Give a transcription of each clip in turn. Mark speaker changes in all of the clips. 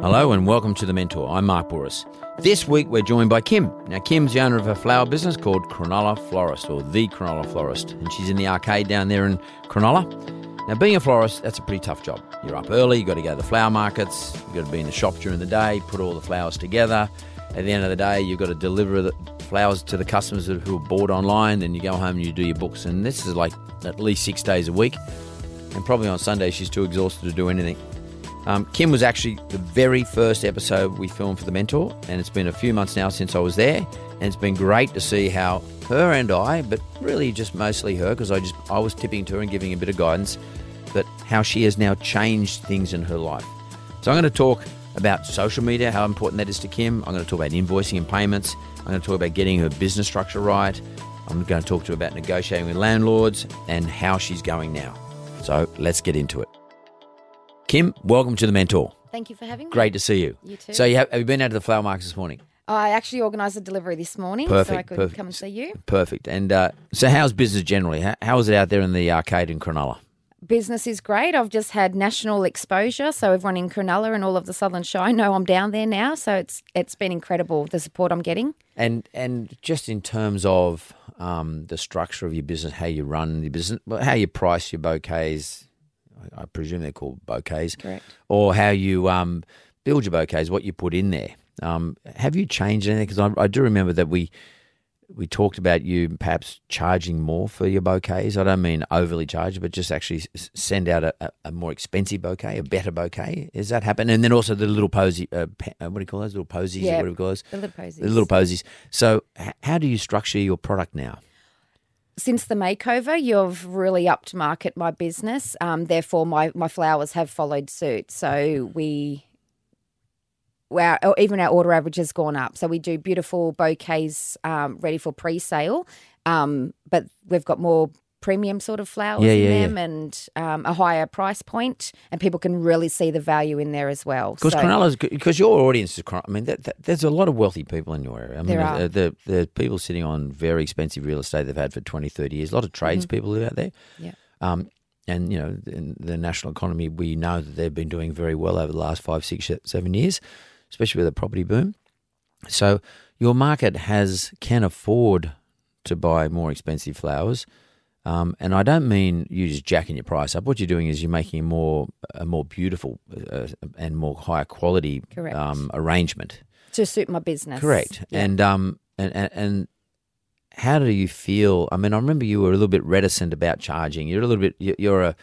Speaker 1: Hello and welcome to The Mentor. I'm Mark Boris. This week we're joined by Kim. Now, Kim's the owner of a flower business called Cronulla Florist or The Cronulla Florist, and she's in the arcade down there in Cronulla. Now, being a florist, that's a pretty tough job. You're up early, you've got to go to the flower markets, you've got to be in the shop during the day, put all the flowers together. At the end of the day, you've got to deliver the flowers to the customers who are bought online, then you go home and you do your books, and this is like at least six days a week. And probably on Sunday, she's too exhausted to do anything. Um, Kim was actually the very first episode we filmed for The Mentor, and it's been a few months now since I was there, and it's been great to see how her and I, but really just mostly her, because I just I was tipping to her and giving a bit of guidance, but how she has now changed things in her life. So I'm going to talk about social media, how important that is to Kim. I'm going to talk about invoicing and payments. I'm going to talk about getting her business structure right. I'm going to talk to her about negotiating with landlords and how she's going now. So let's get into it. Kim, welcome to the Mentor.
Speaker 2: Thank you for having me.
Speaker 1: Great to see you.
Speaker 2: You too.
Speaker 1: So you have, have you been out to the flower markets this morning?
Speaker 2: Oh, I actually organised a delivery this morning, so I
Speaker 1: Perfect,
Speaker 2: could
Speaker 1: perfect.
Speaker 2: come and see you.
Speaker 1: Perfect. And uh, so, how's business generally? How, how is it out there in the arcade in Cronulla?
Speaker 2: Business is great. I've just had national exposure, so everyone in Cronulla and all of the Southern Shire know I'm down there now. So it's it's been incredible the support I'm getting.
Speaker 1: And and just in terms of um, the structure of your business, how you run your business, well, how you price your bouquets, I, I presume they're called bouquets,
Speaker 2: Correct.
Speaker 1: Or how you um, build your bouquets, what you put in there. Um, have you changed anything? Because I, I do remember that we we talked about you perhaps charging more for your bouquets. I don't mean overly charge, but just actually s- send out a, a, a more expensive bouquet, a better bouquet. Has that happened? And then also the little posy, uh, pe- uh, what do you call those little posies? or
Speaker 2: Yeah,
Speaker 1: what do you call those?
Speaker 2: the little posies.
Speaker 1: The little posies. So, h- how do you structure your product now?
Speaker 2: Since the makeover, you've really upped market my business. Um, therefore, my my flowers have followed suit. So we. Our, or even our order average has gone up. So we do beautiful bouquets um, ready for pre-sale, um, but we've got more premium sort of flowers
Speaker 1: Yeah, yeah,
Speaker 2: in
Speaker 1: yeah.
Speaker 2: them and um, a higher price point, and people can really see the value in there as well.
Speaker 1: Because
Speaker 2: So-
Speaker 1: Cronulla's, because your audience is, Cron- I mean, that, that, there's a lot of wealthy people in your area. I mean,
Speaker 2: There are.
Speaker 1: uh, The, the people sitting on very expensive real estate they've had for 20, 30 years. A lot of tradespeople out there.
Speaker 2: Mm-hmm. Yeah.
Speaker 1: Um, and, you know, in the national economy, we know that they've been doing very well over the last five, six, se- seven years, especially with the property boom. So your market has can afford to buy more expensive flowers. Um, and I don't mean you just jacking your price up. What you're doing is you're making a more a more beautiful uh, and more higher quality
Speaker 2: Correct.
Speaker 1: um, arrangement.
Speaker 2: to suit my business.
Speaker 1: Correct. And um and, and and how do you feel? I mean, I remember you were a little bit reticent about charging. You're a little bit. you- You're a.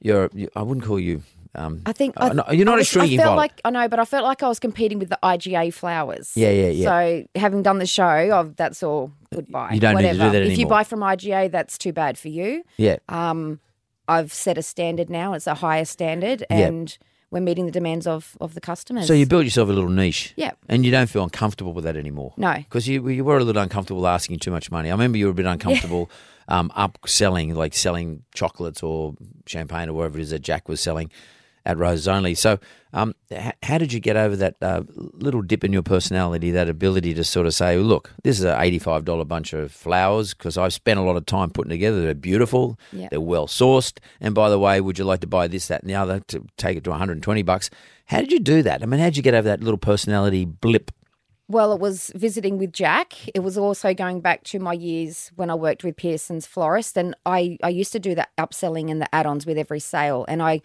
Speaker 1: You're. you- I wouldn't call you. Um,
Speaker 2: I think
Speaker 1: uh,
Speaker 2: I,
Speaker 1: no, you're not
Speaker 2: I
Speaker 1: a
Speaker 2: was-
Speaker 1: shrinking
Speaker 2: I felt
Speaker 1: violet.
Speaker 2: like I know, but I felt like I was competing with the IGA flowers.
Speaker 1: Yeah, yeah, yeah.
Speaker 2: So having done the show, i that's all goodbye.
Speaker 1: You don't need to do
Speaker 2: Whatever.
Speaker 1: that
Speaker 2: If you
Speaker 1: anymore.
Speaker 2: buy from IGA, that's too bad for you.
Speaker 1: yeah.
Speaker 2: Um, I've set a standard now; it's a higher standard,
Speaker 1: Yeah.
Speaker 2: and we're meeting the demands of of the customers.
Speaker 1: So you built yourself a little niche.
Speaker 2: Yeah.
Speaker 1: And you don't feel uncomfortable with that anymore.
Speaker 2: No.
Speaker 1: Because you, you were a little uncomfortable asking too much money. I remember you were a bit uncomfortable um, upselling, like selling chocolates or champagne or whatever it is that Jack was selling at Roses Only. So um, h- how did you get over that uh, little dip in your personality, that ability to sort of say, look, this is an $85 bunch of flowers because I've spent a lot of time putting together. They're beautiful.
Speaker 2: Yeah.
Speaker 1: They're well sourced. And by the way, would you like to buy this, that, and the other to take it to 120 bucks? How did you do that? I mean, how did you get over that little personality blip?
Speaker 2: Well, it was visiting with Jack. It was also going back to my years when I worked with Pearson's florist, and I I used to do the upselling and the add-ons with every sale, and I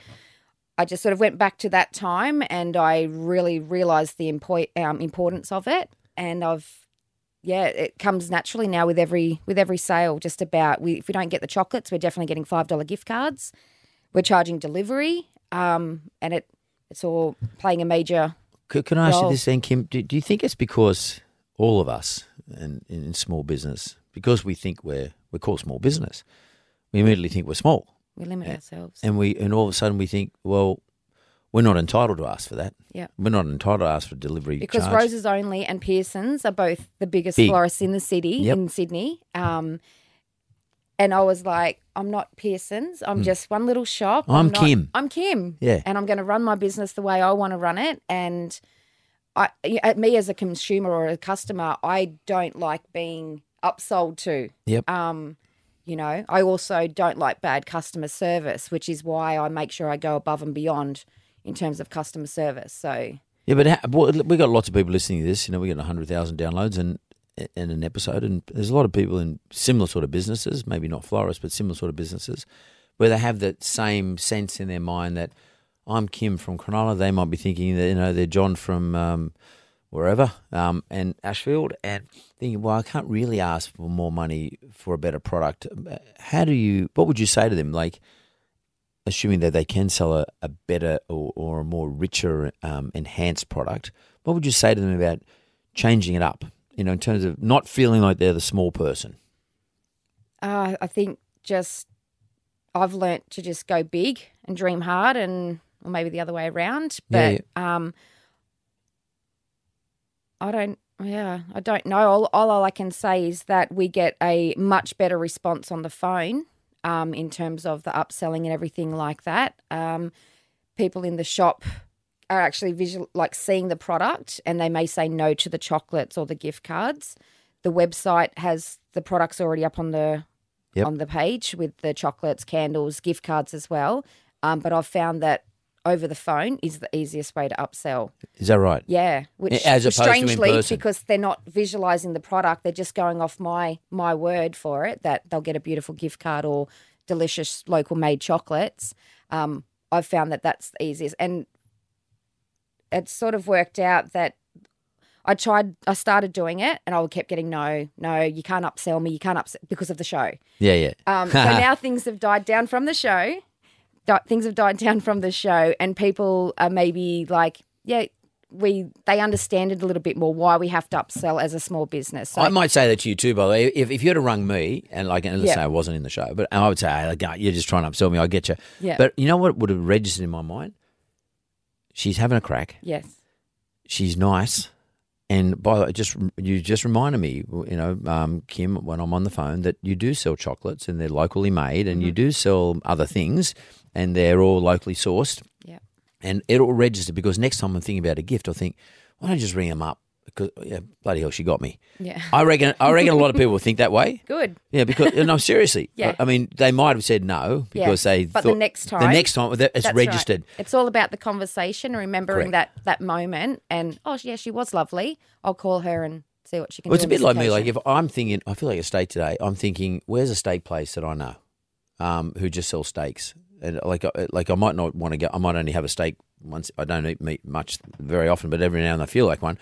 Speaker 2: I just sort of went back to that time, and I really realized the impo- um, importance of it, and I've yeah, it comes naturally now with every with every sale. Just about we if we don't get the chocolates, we're definitely getting five dollar gift cards. We're charging delivery, um, and it it's all playing a major
Speaker 1: Could, can I ask you
Speaker 2: Well-
Speaker 1: this then, Kim? Do, do you think it's because all of us in, in small business, because we think we're we're called small business, we immediately think we're small,
Speaker 2: we limit ourselves.
Speaker 1: and we and all of a sudden we think, well, we're not entitled to ask for that.
Speaker 2: Yeah.
Speaker 1: we're not entitled to ask for delivery
Speaker 2: because
Speaker 1: charge.
Speaker 2: Roses Only and Pearsons are both the biggest
Speaker 1: Big.
Speaker 2: florists in the city
Speaker 1: Yep.
Speaker 2: in Sydney. Um, and I was like, I'm not Pearsons. I'm just one little shop.
Speaker 1: Mm. I'm
Speaker 2: not-
Speaker 1: Kim."
Speaker 2: I'm Kim.
Speaker 1: Yeah.
Speaker 2: and I'm going to run my business the way I want to run it. And I, at me as a consumer or a customer, I don't like being upsold to.
Speaker 1: Yep.
Speaker 2: Um, you know, I also don't like bad customer service, which is why I make sure I go above and beyond in terms of customer service. So
Speaker 1: Yeah, but ha- well, we got lots of people listening to this. You know, we got hundred thousand downloads and and an episode, and there's a lot of people in similar sort of businesses, maybe not florists, but similar sort of businesses, where they have that same sense in their mind that I'm Kim from Cronulla. They might be thinking that you know they're John from um, wherever um, and Ashfield, and thinking, well, I can't really ask for more money for a better product. Uh, How do you? What would you say to them? Like, assuming that they can sell a, a better or, or a more richer, um, enhanced product, what would you say to them about changing it up? You know, in terms of not feeling like they're the small person.
Speaker 2: Uh, I think just I've learnt to just go big and dream hard, and or maybe the other way around.
Speaker 1: Yeah,
Speaker 2: But um, I don't. Yeah, I don't know. All, all I can say is that we get a much better response on the phone um, in terms of the upselling and everything like that. Um, people in the shop are actually visual, like seeing the product, and they may say no to the chocolates or the gift cards. The website has the products already up on the
Speaker 1: Yep.
Speaker 2: on the page with the chocolates, candles, gift cards as well. Um, but I've found that over the phone is the easiest way to upsell.
Speaker 1: Is that right?
Speaker 2: Yeah, which
Speaker 1: As opposed to in
Speaker 2: strangely
Speaker 1: person.
Speaker 2: because they're not visualizing the product, they're just going off my my word for it that they'll get a beautiful gift card or delicious local made chocolates. Um, I've found that that's the easiest, and it's sort of worked out that I tried, I started doing it, and I kept getting no, no, you can't upsell me, you can't upsell because of the show.
Speaker 1: Yeah, yeah.
Speaker 2: Um, so now things have died down from the show. Di- things have died down from the show, and people are maybe like, yeah, we they understand it a little bit more why we have to upsell as a small business. So
Speaker 1: I might say that to you too, by the way. If, if you had rung me and like, and let's
Speaker 2: Yeah.
Speaker 1: say I wasn't in the show, but I would say, "Hey, look, uh, you're just trying to upsell me. I get you.
Speaker 2: Yeah.
Speaker 1: But you know what would have registered in my mind? She's having a crack.
Speaker 2: yes,
Speaker 1: she's nice. And by the way, just you just reminded me, you know, um, Kim, when I'm on the phone, that you do sell chocolates and they're locally made, and
Speaker 2: Mm-hmm.
Speaker 1: you do sell other things, and they're all locally sourced,
Speaker 2: yeah,
Speaker 1: and it'll register because next time I'm thinking about a gift, I think, why don't I just ring them up? Because yeah, bloody hell, she got me.
Speaker 2: yeah,
Speaker 1: I reckon. I reckon a lot of people think that way.
Speaker 2: good.
Speaker 1: Yeah, because no, seriously.
Speaker 2: Yeah.
Speaker 1: I mean, they might have said no
Speaker 2: Yeah.
Speaker 1: because they.
Speaker 2: But the
Speaker 1: thought,
Speaker 2: next
Speaker 1: the
Speaker 2: time-
Speaker 1: next time, it's
Speaker 2: That's right.
Speaker 1: registered.
Speaker 2: It's all about the conversation, remembering
Speaker 1: Correct.
Speaker 2: that that moment, and oh yeah, she was lovely. I'll call her and see what she can.
Speaker 1: Well, it's a
Speaker 2: do on
Speaker 1: bit
Speaker 2: this
Speaker 1: like me. Like
Speaker 2: occasion.
Speaker 1: if I'm thinking, I feel like a steak today. I'm thinking, where's a steak place that I know, um, who just sells steaks? And like, I- like I might not want to go. I might only have a steak once. I don't eat meat much very often, but every now and then I feel like one.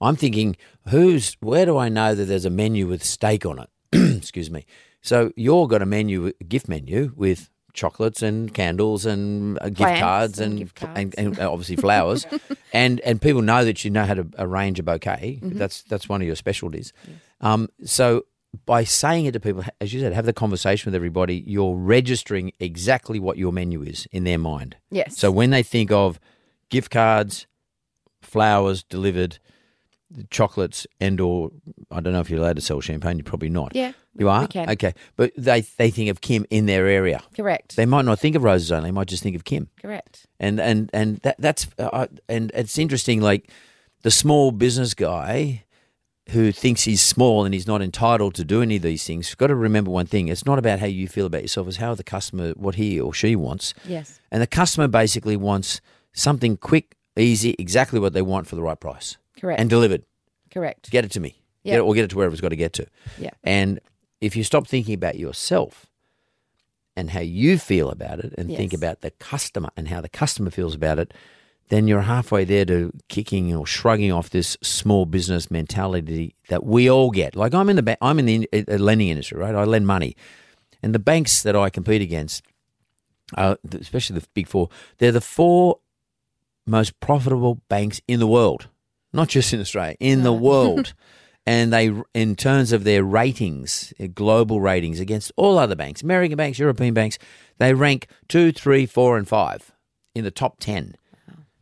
Speaker 1: I'm thinking, who's? Where do I know that there's a menu with steak on it? Excuse me. So you've got a menu, a gift menu with chocolates and candles and uh, gift
Speaker 2: Plants
Speaker 1: cards
Speaker 2: and
Speaker 1: and
Speaker 2: gift
Speaker 1: pl-
Speaker 2: cards.
Speaker 1: and, and obviously flowers, and and people know that you know how to arrange a bouquet.
Speaker 2: Mm-hmm.
Speaker 1: That's that's one of your specialties. Um, so by saying it to people, as you said, have the conversation with everybody. You're registering exactly what your menu is in their mind.
Speaker 2: yes,
Speaker 1: So when they think of gift cards, flowers delivered, chocolates, and or I don't know if you're allowed to sell champagne. You're probably not.
Speaker 2: Yeah,
Speaker 1: you are.
Speaker 2: can.
Speaker 1: Okay, but they they think of Kim in their area.
Speaker 2: correct,
Speaker 1: They might not think of roses only. They might just think of Kim
Speaker 2: correct.
Speaker 1: and and and that that's uh, and it's interesting like the small business guy who thinks he's small and he's not entitled to do any of these things got to remember one thing it's not about how you feel about yourself it's how the customer what he or she wants
Speaker 2: Yes,
Speaker 1: and the customer basically wants something quick easy exactly what they want for the right price
Speaker 2: correct,
Speaker 1: and delivered
Speaker 2: Correct.
Speaker 1: Get it to me.
Speaker 2: Yeah.
Speaker 1: Get it, or get it to wherever it's got to get to.
Speaker 2: Yeah.
Speaker 1: And if you stop thinking about yourself and how you feel about it and think
Speaker 2: Yes.
Speaker 1: about the customer and how the customer feels about it, then you're halfway there to kicking or shrugging off this small business mentality that we all get. Like I'm in the ba- I'm in the in- uh, lending industry, right? I lend money. And the banks that I compete against uh, th- especially the big four, they're the four most profitable banks in the world, not just in Australia, in the world. and they, in terms of their ratings, uh, global ratings against all other banks, American banks, European banks, they rank two, three, four, and five in the top 10.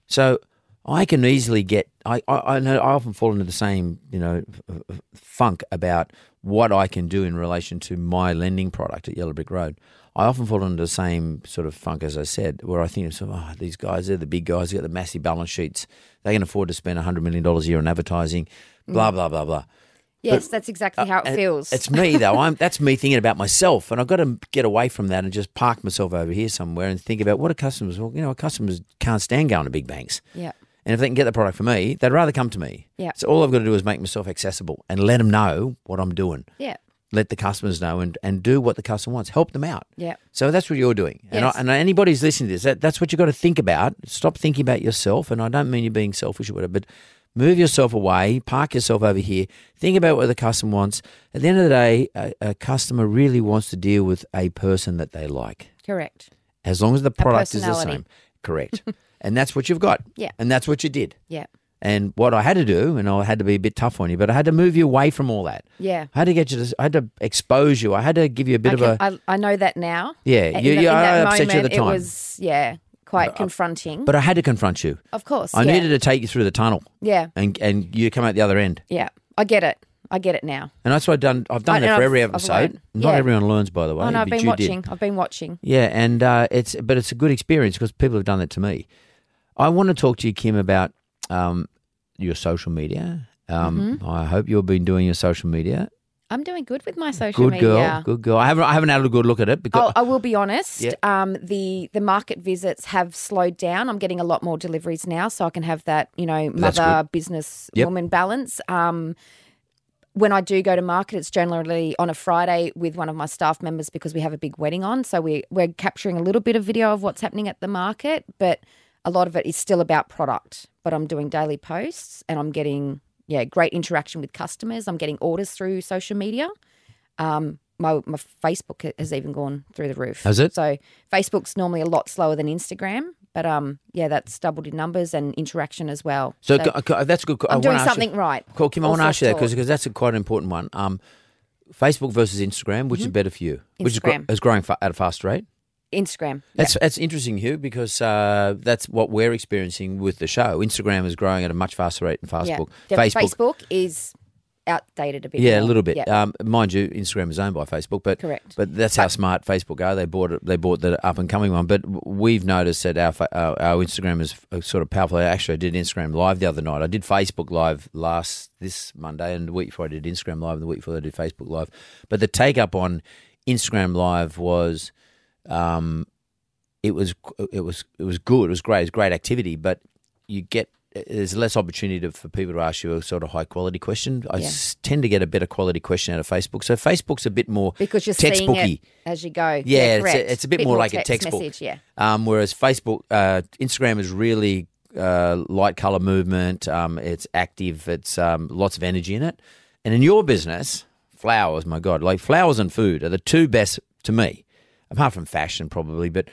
Speaker 1: So I can easily get. I I, I, know, I often fall into the same you know f- f- funk about what I can do in relation to my lending product at Yellow Brick Road. I often fall into the same sort of funk as I said, where I think, sort of, oh, these guys, they're the big guys, they've got the massive balance sheets, they can afford to spend $100 million a year on advertising, blah, blah, blah, blah.
Speaker 2: Yes, that's exactly how it feels.
Speaker 1: Uh, It's me though. I'm that's me thinking about myself, and I've got to get away from that and just park myself over here somewhere and think about what are customers. Well, you know, customers can't stand going to big banks,
Speaker 2: yeah.
Speaker 1: and if they can get the product for me, they'd rather come to me.
Speaker 2: Yeah.
Speaker 1: So all I've got to do is make myself accessible and let them know what I'm doing.
Speaker 2: Yeah.
Speaker 1: Let the customers know and, and do what the customer wants. Help them out.
Speaker 2: Yeah.
Speaker 1: So that's what you're doing. And, I,
Speaker 2: Yes.
Speaker 1: and anybody's listening to this, that, that's what you've got to think about. Stop thinking about yourself. And I don't mean you're being selfish or whatever, but move yourself away, park yourself over here, think about what the customer wants. At the end of the day, a, a customer really wants to deal with a person that they like,
Speaker 2: Correct.
Speaker 1: as long as the product is the
Speaker 2: personality.
Speaker 1: same. Correct. and that's what you've got.
Speaker 2: Yeah.
Speaker 1: And that's what you did.
Speaker 2: Yeah.
Speaker 1: And what I had to do, and I had to be a bit tough on you, but I had to move you away from all that.
Speaker 2: Yeah.
Speaker 1: I had to get you to, I had to expose you. I had to give you a bit
Speaker 2: I,
Speaker 1: of
Speaker 2: can,
Speaker 1: a.
Speaker 2: I, I know that now.
Speaker 1: Yeah,
Speaker 2: In
Speaker 1: you-
Speaker 2: the-
Speaker 1: you-
Speaker 2: in
Speaker 1: I
Speaker 2: that
Speaker 1: upset you at
Speaker 2: moment,
Speaker 1: the time.
Speaker 2: It was yeah, quite confronting.
Speaker 1: But I had to confront you.
Speaker 2: of course,
Speaker 1: I
Speaker 2: yeah.
Speaker 1: needed to take you through the tunnel,
Speaker 2: Yeah,
Speaker 1: and and you come out the other end.
Speaker 2: yeah. I get it. I get it now.
Speaker 1: And that's what I've done. I've done
Speaker 2: I-
Speaker 1: that
Speaker 2: and
Speaker 1: for
Speaker 2: I've-
Speaker 1: every
Speaker 2: I've
Speaker 1: episode.
Speaker 2: learned.
Speaker 1: Not
Speaker 2: Yeah.
Speaker 1: everyone learns, by the way.
Speaker 2: oh no, I've
Speaker 1: but
Speaker 2: been
Speaker 1: you did.
Speaker 2: watching. I've been watching.
Speaker 1: Yeah, and uh, it's but it's a good experience because people have done that to me. I want to talk to you, Kim, about um, your social media. Um,
Speaker 2: Mm-hmm.
Speaker 1: I hope you've been doing your social media.
Speaker 2: I'm doing good with my social
Speaker 1: Good
Speaker 2: media.
Speaker 1: girl, good girl. I haven't I haven't had a good look at it because
Speaker 2: Oh, I will be honest.
Speaker 1: Yeah.
Speaker 2: Um, the the market visits have slowed down. I'm getting a lot more deliveries now, so I can have that you know
Speaker 1: That's
Speaker 2: mother business
Speaker 1: Yep.
Speaker 2: woman balance. Um, when I do go to market, it's generally on a Friday with one of my staff members because we have a big wedding on. So we we're capturing a little bit of video of what's happening at the market, but a lot of it is still about product. But I'm doing daily posts and I'm getting yeah great interaction with customers. I'm getting orders through social media Um, my my Facebook has even gone through the roof.
Speaker 1: Has it?
Speaker 2: So Facebook's normally a lot slower than Instagram, but um, yeah, that's doubled in numbers and interaction as well.
Speaker 1: so c- c- that's a good. I
Speaker 2: I'm
Speaker 1: wanna
Speaker 2: doing
Speaker 1: ask you-
Speaker 2: something right.
Speaker 1: Cool, Kim. I
Speaker 2: All
Speaker 1: want to ask you that
Speaker 2: sorts
Speaker 1: because
Speaker 2: of-
Speaker 1: that's a quite an important one. Um, Facebook versus Instagram, which is better for you? Which is, gro-
Speaker 2: Mm-hmm. Instagram.
Speaker 1: is growing fa- at a fast rate.
Speaker 2: Instagram.
Speaker 1: That's that's interesting, Hugh, because uh, that's what we're experiencing with the show. Instagram is growing at a much faster rate than
Speaker 2: Yeah.
Speaker 1: Facebook.
Speaker 2: Yeah.
Speaker 1: Facebook,
Speaker 2: is outdated a bit.
Speaker 1: yeah, a
Speaker 2: more.
Speaker 1: little bit.
Speaker 2: Yeah.
Speaker 1: Um, mind you, Instagram is owned by Facebook, but
Speaker 2: Correct.
Speaker 1: But that's how smart Facebook are. They bought it. They bought the up and coming one. But w- we've noticed that our fa- our, our Instagram is f- sort of powerful. Actually, I did Instagram live the other night. I did Facebook live last this Monday, and the week before I did Instagram live, and the week before I did Facebook live. But the take up on Instagram live was. Um, it was it was it was good. It was great. It was great activity, but you get there's less opportunity to, for people to ask you a sort of high quality question. I
Speaker 2: Yeah.
Speaker 1: s- tend to get a better quality question out of Facebook. So Facebook's a bit more
Speaker 2: because you're seeing
Speaker 1: textbooky.
Speaker 2: it as you go.
Speaker 1: Yeah, it's a-
Speaker 2: correct.
Speaker 1: it's a bit more like a
Speaker 2: text
Speaker 1: textbook.
Speaker 2: Message, yeah,
Speaker 1: Um, whereas Facebook, uh, Instagram is really uh, light color movement. Um, it's active. It's um, lots of energy in it. And in your business, flowers, my God, like flowers and food are the two best to me, apart from fashion probably. But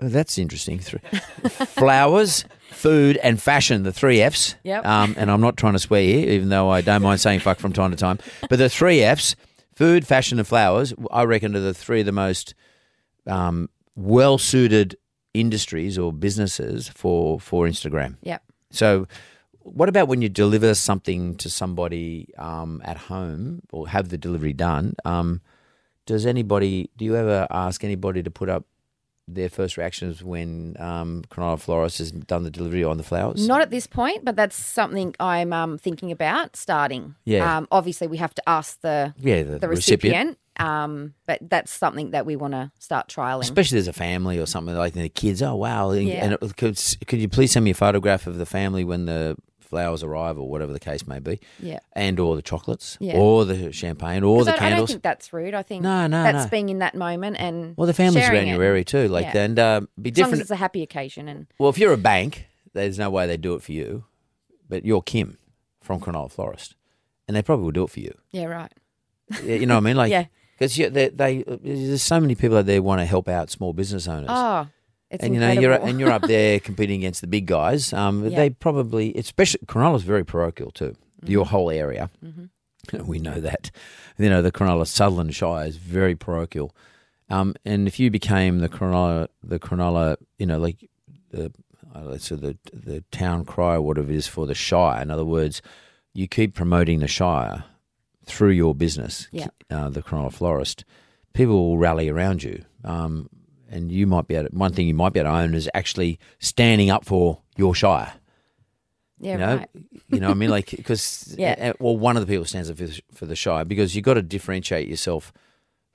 Speaker 1: oh, that's interesting. Three- flowers, food, and fashion, the three Fs.
Speaker 2: Yep.
Speaker 1: Um, and I'm not trying to swear here, even though I don't mind saying fuck from time to time. But the three Fs, food, fashion, and flowers, I reckon are the three of the most um, well suited industries or businesses for for Instagram.
Speaker 2: yeah.
Speaker 1: So, what about when you deliver something to somebody um, at home or have the delivery done? Um, does anybody do you ever ask anybody to put up their first reactions when um, Cronulla Florist has done the delivery on the flowers?
Speaker 2: Not at this point, but that's something I'm um, thinking about starting.
Speaker 1: Yeah.
Speaker 2: Um, obviously, we have to ask the
Speaker 1: yeah, the,
Speaker 2: the recipient. Um, but that's something that we want to start trialing.
Speaker 1: Especially there's a family or something like the kids. Oh wow! And-
Speaker 2: Yeah.
Speaker 1: And it, could could you please send me a photograph of the family when the flowers arrive or whatever the case may be,
Speaker 2: Yeah.
Speaker 1: and or the chocolates
Speaker 2: Yeah.
Speaker 1: or the champagne or
Speaker 2: 'Cause
Speaker 1: the
Speaker 2: I, I don't
Speaker 1: candles.
Speaker 2: think that's rude. I think
Speaker 1: No, no,
Speaker 2: that's
Speaker 1: no.
Speaker 2: being in that moment and
Speaker 1: well, the family's
Speaker 2: sharing it.
Speaker 1: January too, like
Speaker 2: Yeah.
Speaker 1: that, and uh, be
Speaker 2: As long as
Speaker 1: different.
Speaker 2: it's a happy occasion and
Speaker 1: Well, if you're a bank, there's no way they do it for you, but you're Kim from Cronulla Florist, and they probably will do it for you.
Speaker 2: yeah, right.
Speaker 1: Yeah, You know what I mean? Like,
Speaker 2: Yeah.
Speaker 1: Because they, they, there's so many people out there want to help out small business owners.
Speaker 2: Oh, it's
Speaker 1: and you
Speaker 2: incredible.
Speaker 1: know you're and you're up there competing against the big guys. Um,
Speaker 2: Yeah. Mm-hmm.
Speaker 1: They probably, especially Cronulla's very parochial too. Your whole area, we know that. You know the Cronulla Sutherland Shire is very parochial. Um, and if you became the Cronulla, the Cronulla, you know, like the I don't know, uh, so the the town cry, or whatever it is for the shire. In other words, you keep promoting the shire through your business,
Speaker 2: Yeah.
Speaker 1: uh, the Cronulla Florist. People will rally around you. Um, and you might be able to, one thing you might be able to own is actually standing up for your shire.
Speaker 2: yeah,
Speaker 1: you know,
Speaker 2: right.
Speaker 1: you know what I mean? Like, because,
Speaker 2: Yeah.
Speaker 1: well, one of the people stands up for the, for the shire because you've got to differentiate yourself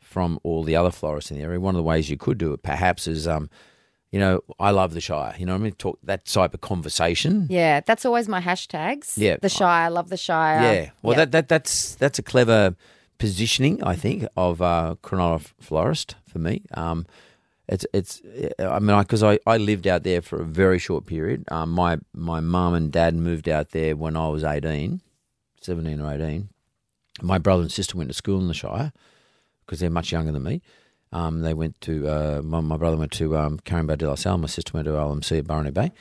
Speaker 1: from all the other florists in the area. One of the ways you could do it perhaps is, um, you know, I love the shire. You know what I mean? Talk that type of conversation.
Speaker 2: Yeah, that's always my hashtags.
Speaker 1: Yeah.
Speaker 2: the Shire, love the Shire.
Speaker 1: Yeah. Well, That, that that's that's a clever positioning, I think, of uh, Cronulla Florist for me. Um, it's it's I mean, because I, I lived out there for a very short period. Um, my my mum and dad moved out there when I was 18, 17 or eighteen. My brother and sister went to school in the Shire because they're much younger than me. Um, they went to uh, my, my brother went to um, Carimbo de la Salle, my sister went to LMC at Barony Bay,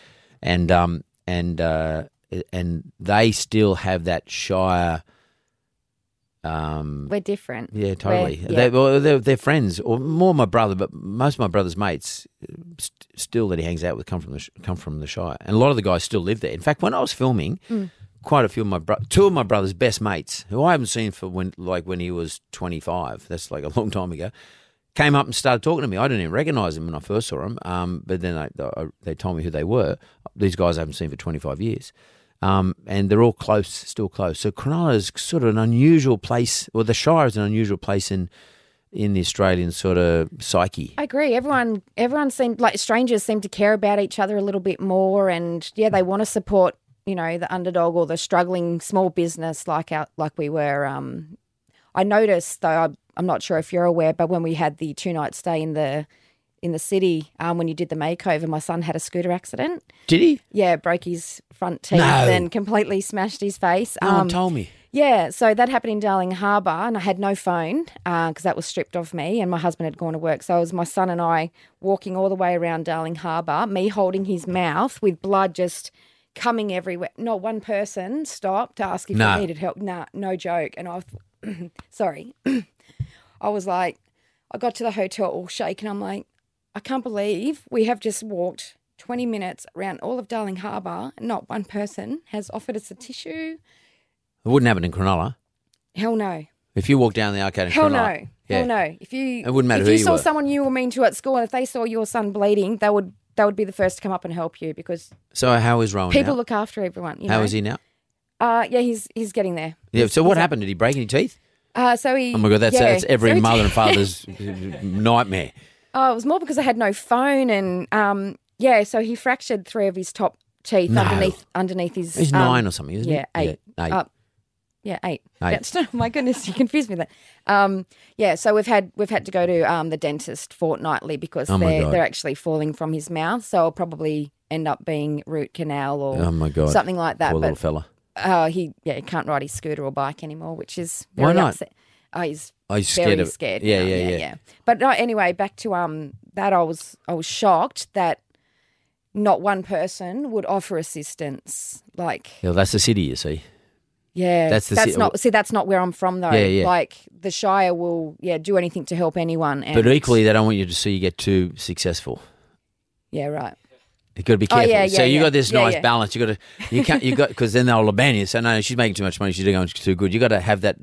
Speaker 1: and um, and uh, and they still have that Shire. Um,
Speaker 2: we're different.
Speaker 1: yeah,
Speaker 2: We're-
Speaker 1: totally.
Speaker 2: yeah.
Speaker 1: They, well, they're, they're friends, or more my brother, but most of my brother's mates st- still that he hangs out with come from the sh- come from the Shire, and a lot of the guys still live there. In fact, when I was filming, quite a few of my bro- two of my brother's best mates, who I haven't seen for when like when he was twenty five, that's like a long time ago, came up and started talking to me. I didn't even recognise them when I first saw them, um, but then I, I, they told me who they were. These guys I haven't seen for 25 years. Um, and they're all close, still close. So Cronulla is sort of an unusual place, or the Shire is an unusual place in in the Australian sort of psyche.
Speaker 2: I agree. Everyone, everyone seemed like strangers seem to care about each other a little bit more, and yeah, they want to support you know the underdog or the struggling small business like out like we were. Um, I noticed though, I, I'm not sure if you're aware, but when we had the two night stay in the in the city, um, when you did the makeover, my son had a scooter accident.
Speaker 1: Did he?
Speaker 2: Yeah, broke his front teeth
Speaker 1: No.
Speaker 2: and completely smashed his face. Um,
Speaker 1: No one told me.
Speaker 2: Yeah, so that happened in Darling Harbour, and I had no phone because that was stripped of me, and my husband had gone to work. So it was my son and I walking all the way around Darling Harbour, me holding his mouth with blood just coming everywhere. Not one person stopped to ask if
Speaker 1: No.
Speaker 2: he needed help. Nah, no joke. And I, th- sorry, I was like, I got to the hotel all shaken. I'm like, I can't believe we have just walked 20 minutes around all of Darling Harbour, and not one person has offered us a tissue.
Speaker 1: It wouldn't happen in Cronulla.
Speaker 2: Hell no.
Speaker 1: If you walk down the arcade in
Speaker 2: Hell no.
Speaker 1: Cronulla. yeah.
Speaker 2: Hell no. If you
Speaker 1: It wouldn't matter
Speaker 2: if
Speaker 1: who
Speaker 2: you
Speaker 1: you
Speaker 2: saw
Speaker 1: were.
Speaker 2: someone you were mean to at school and if they saw your son bleeding, they would they would be the first to come up and help you because
Speaker 1: So how is Rowan
Speaker 2: people
Speaker 1: now?
Speaker 2: look eh? after everyone. You
Speaker 1: Oh, How
Speaker 2: know?
Speaker 1: is he now?
Speaker 2: Uh yeah, he's he's getting there.
Speaker 1: Yeah. So what happened? Did he break any teeth?
Speaker 2: Uh so he
Speaker 1: Oh my god, that's
Speaker 2: yeah.
Speaker 1: that's every
Speaker 2: So he-
Speaker 1: mother and father's nightmare.
Speaker 2: Oh, it was more because I had no phone and um yeah, so he fractured three of his top teeth
Speaker 1: No.
Speaker 2: underneath underneath his
Speaker 1: He's
Speaker 2: um,
Speaker 1: nine or something, isn't he?
Speaker 2: yeah, Eight.
Speaker 1: Yeah, eight.
Speaker 2: Uh, yeah, eight.
Speaker 1: Eight.
Speaker 2: That's- my goodness, you confused me there. Um, yeah, so we've had we've had to go to um, the dentist fortnightly because
Speaker 1: Oh my
Speaker 2: they're
Speaker 1: God.
Speaker 2: they're actually falling from his mouth, so I'll probably end up being root canal or
Speaker 1: Oh my god,
Speaker 2: something like that.
Speaker 1: Poor little
Speaker 2: but
Speaker 1: fella.
Speaker 2: uh, he yeah he can't ride his scooter or bike anymore, which is
Speaker 1: Why
Speaker 2: very
Speaker 1: not?
Speaker 2: upset. Oh, he's
Speaker 1: I was
Speaker 2: very
Speaker 1: scared of
Speaker 2: scared.
Speaker 1: Yeah,
Speaker 2: now.
Speaker 1: yeah, yeah,
Speaker 2: But no, anyway, back to um that I was I was shocked that not one person would offer assistance. Like
Speaker 1: Yeah, that's the city, you see.
Speaker 2: yeah,
Speaker 1: That's
Speaker 2: that's
Speaker 1: the si-
Speaker 2: not see. That's not where I'm from though.
Speaker 1: Yeah, yeah.
Speaker 2: Like the Shire will yeah do anything to help anyone. And,
Speaker 1: But equally, they don't want you to see you get too successful.
Speaker 2: yeah, right.
Speaker 1: You got to be
Speaker 2: Oh,
Speaker 1: careful.
Speaker 2: yeah,
Speaker 1: so
Speaker 2: yeah,
Speaker 1: you
Speaker 2: yeah.
Speaker 1: got this
Speaker 2: Yeah,
Speaker 1: nice
Speaker 2: yeah.
Speaker 1: balance. You got to you can't you got because then they'll ban you. So no, she's making too much money. She's doing too good. You got to have that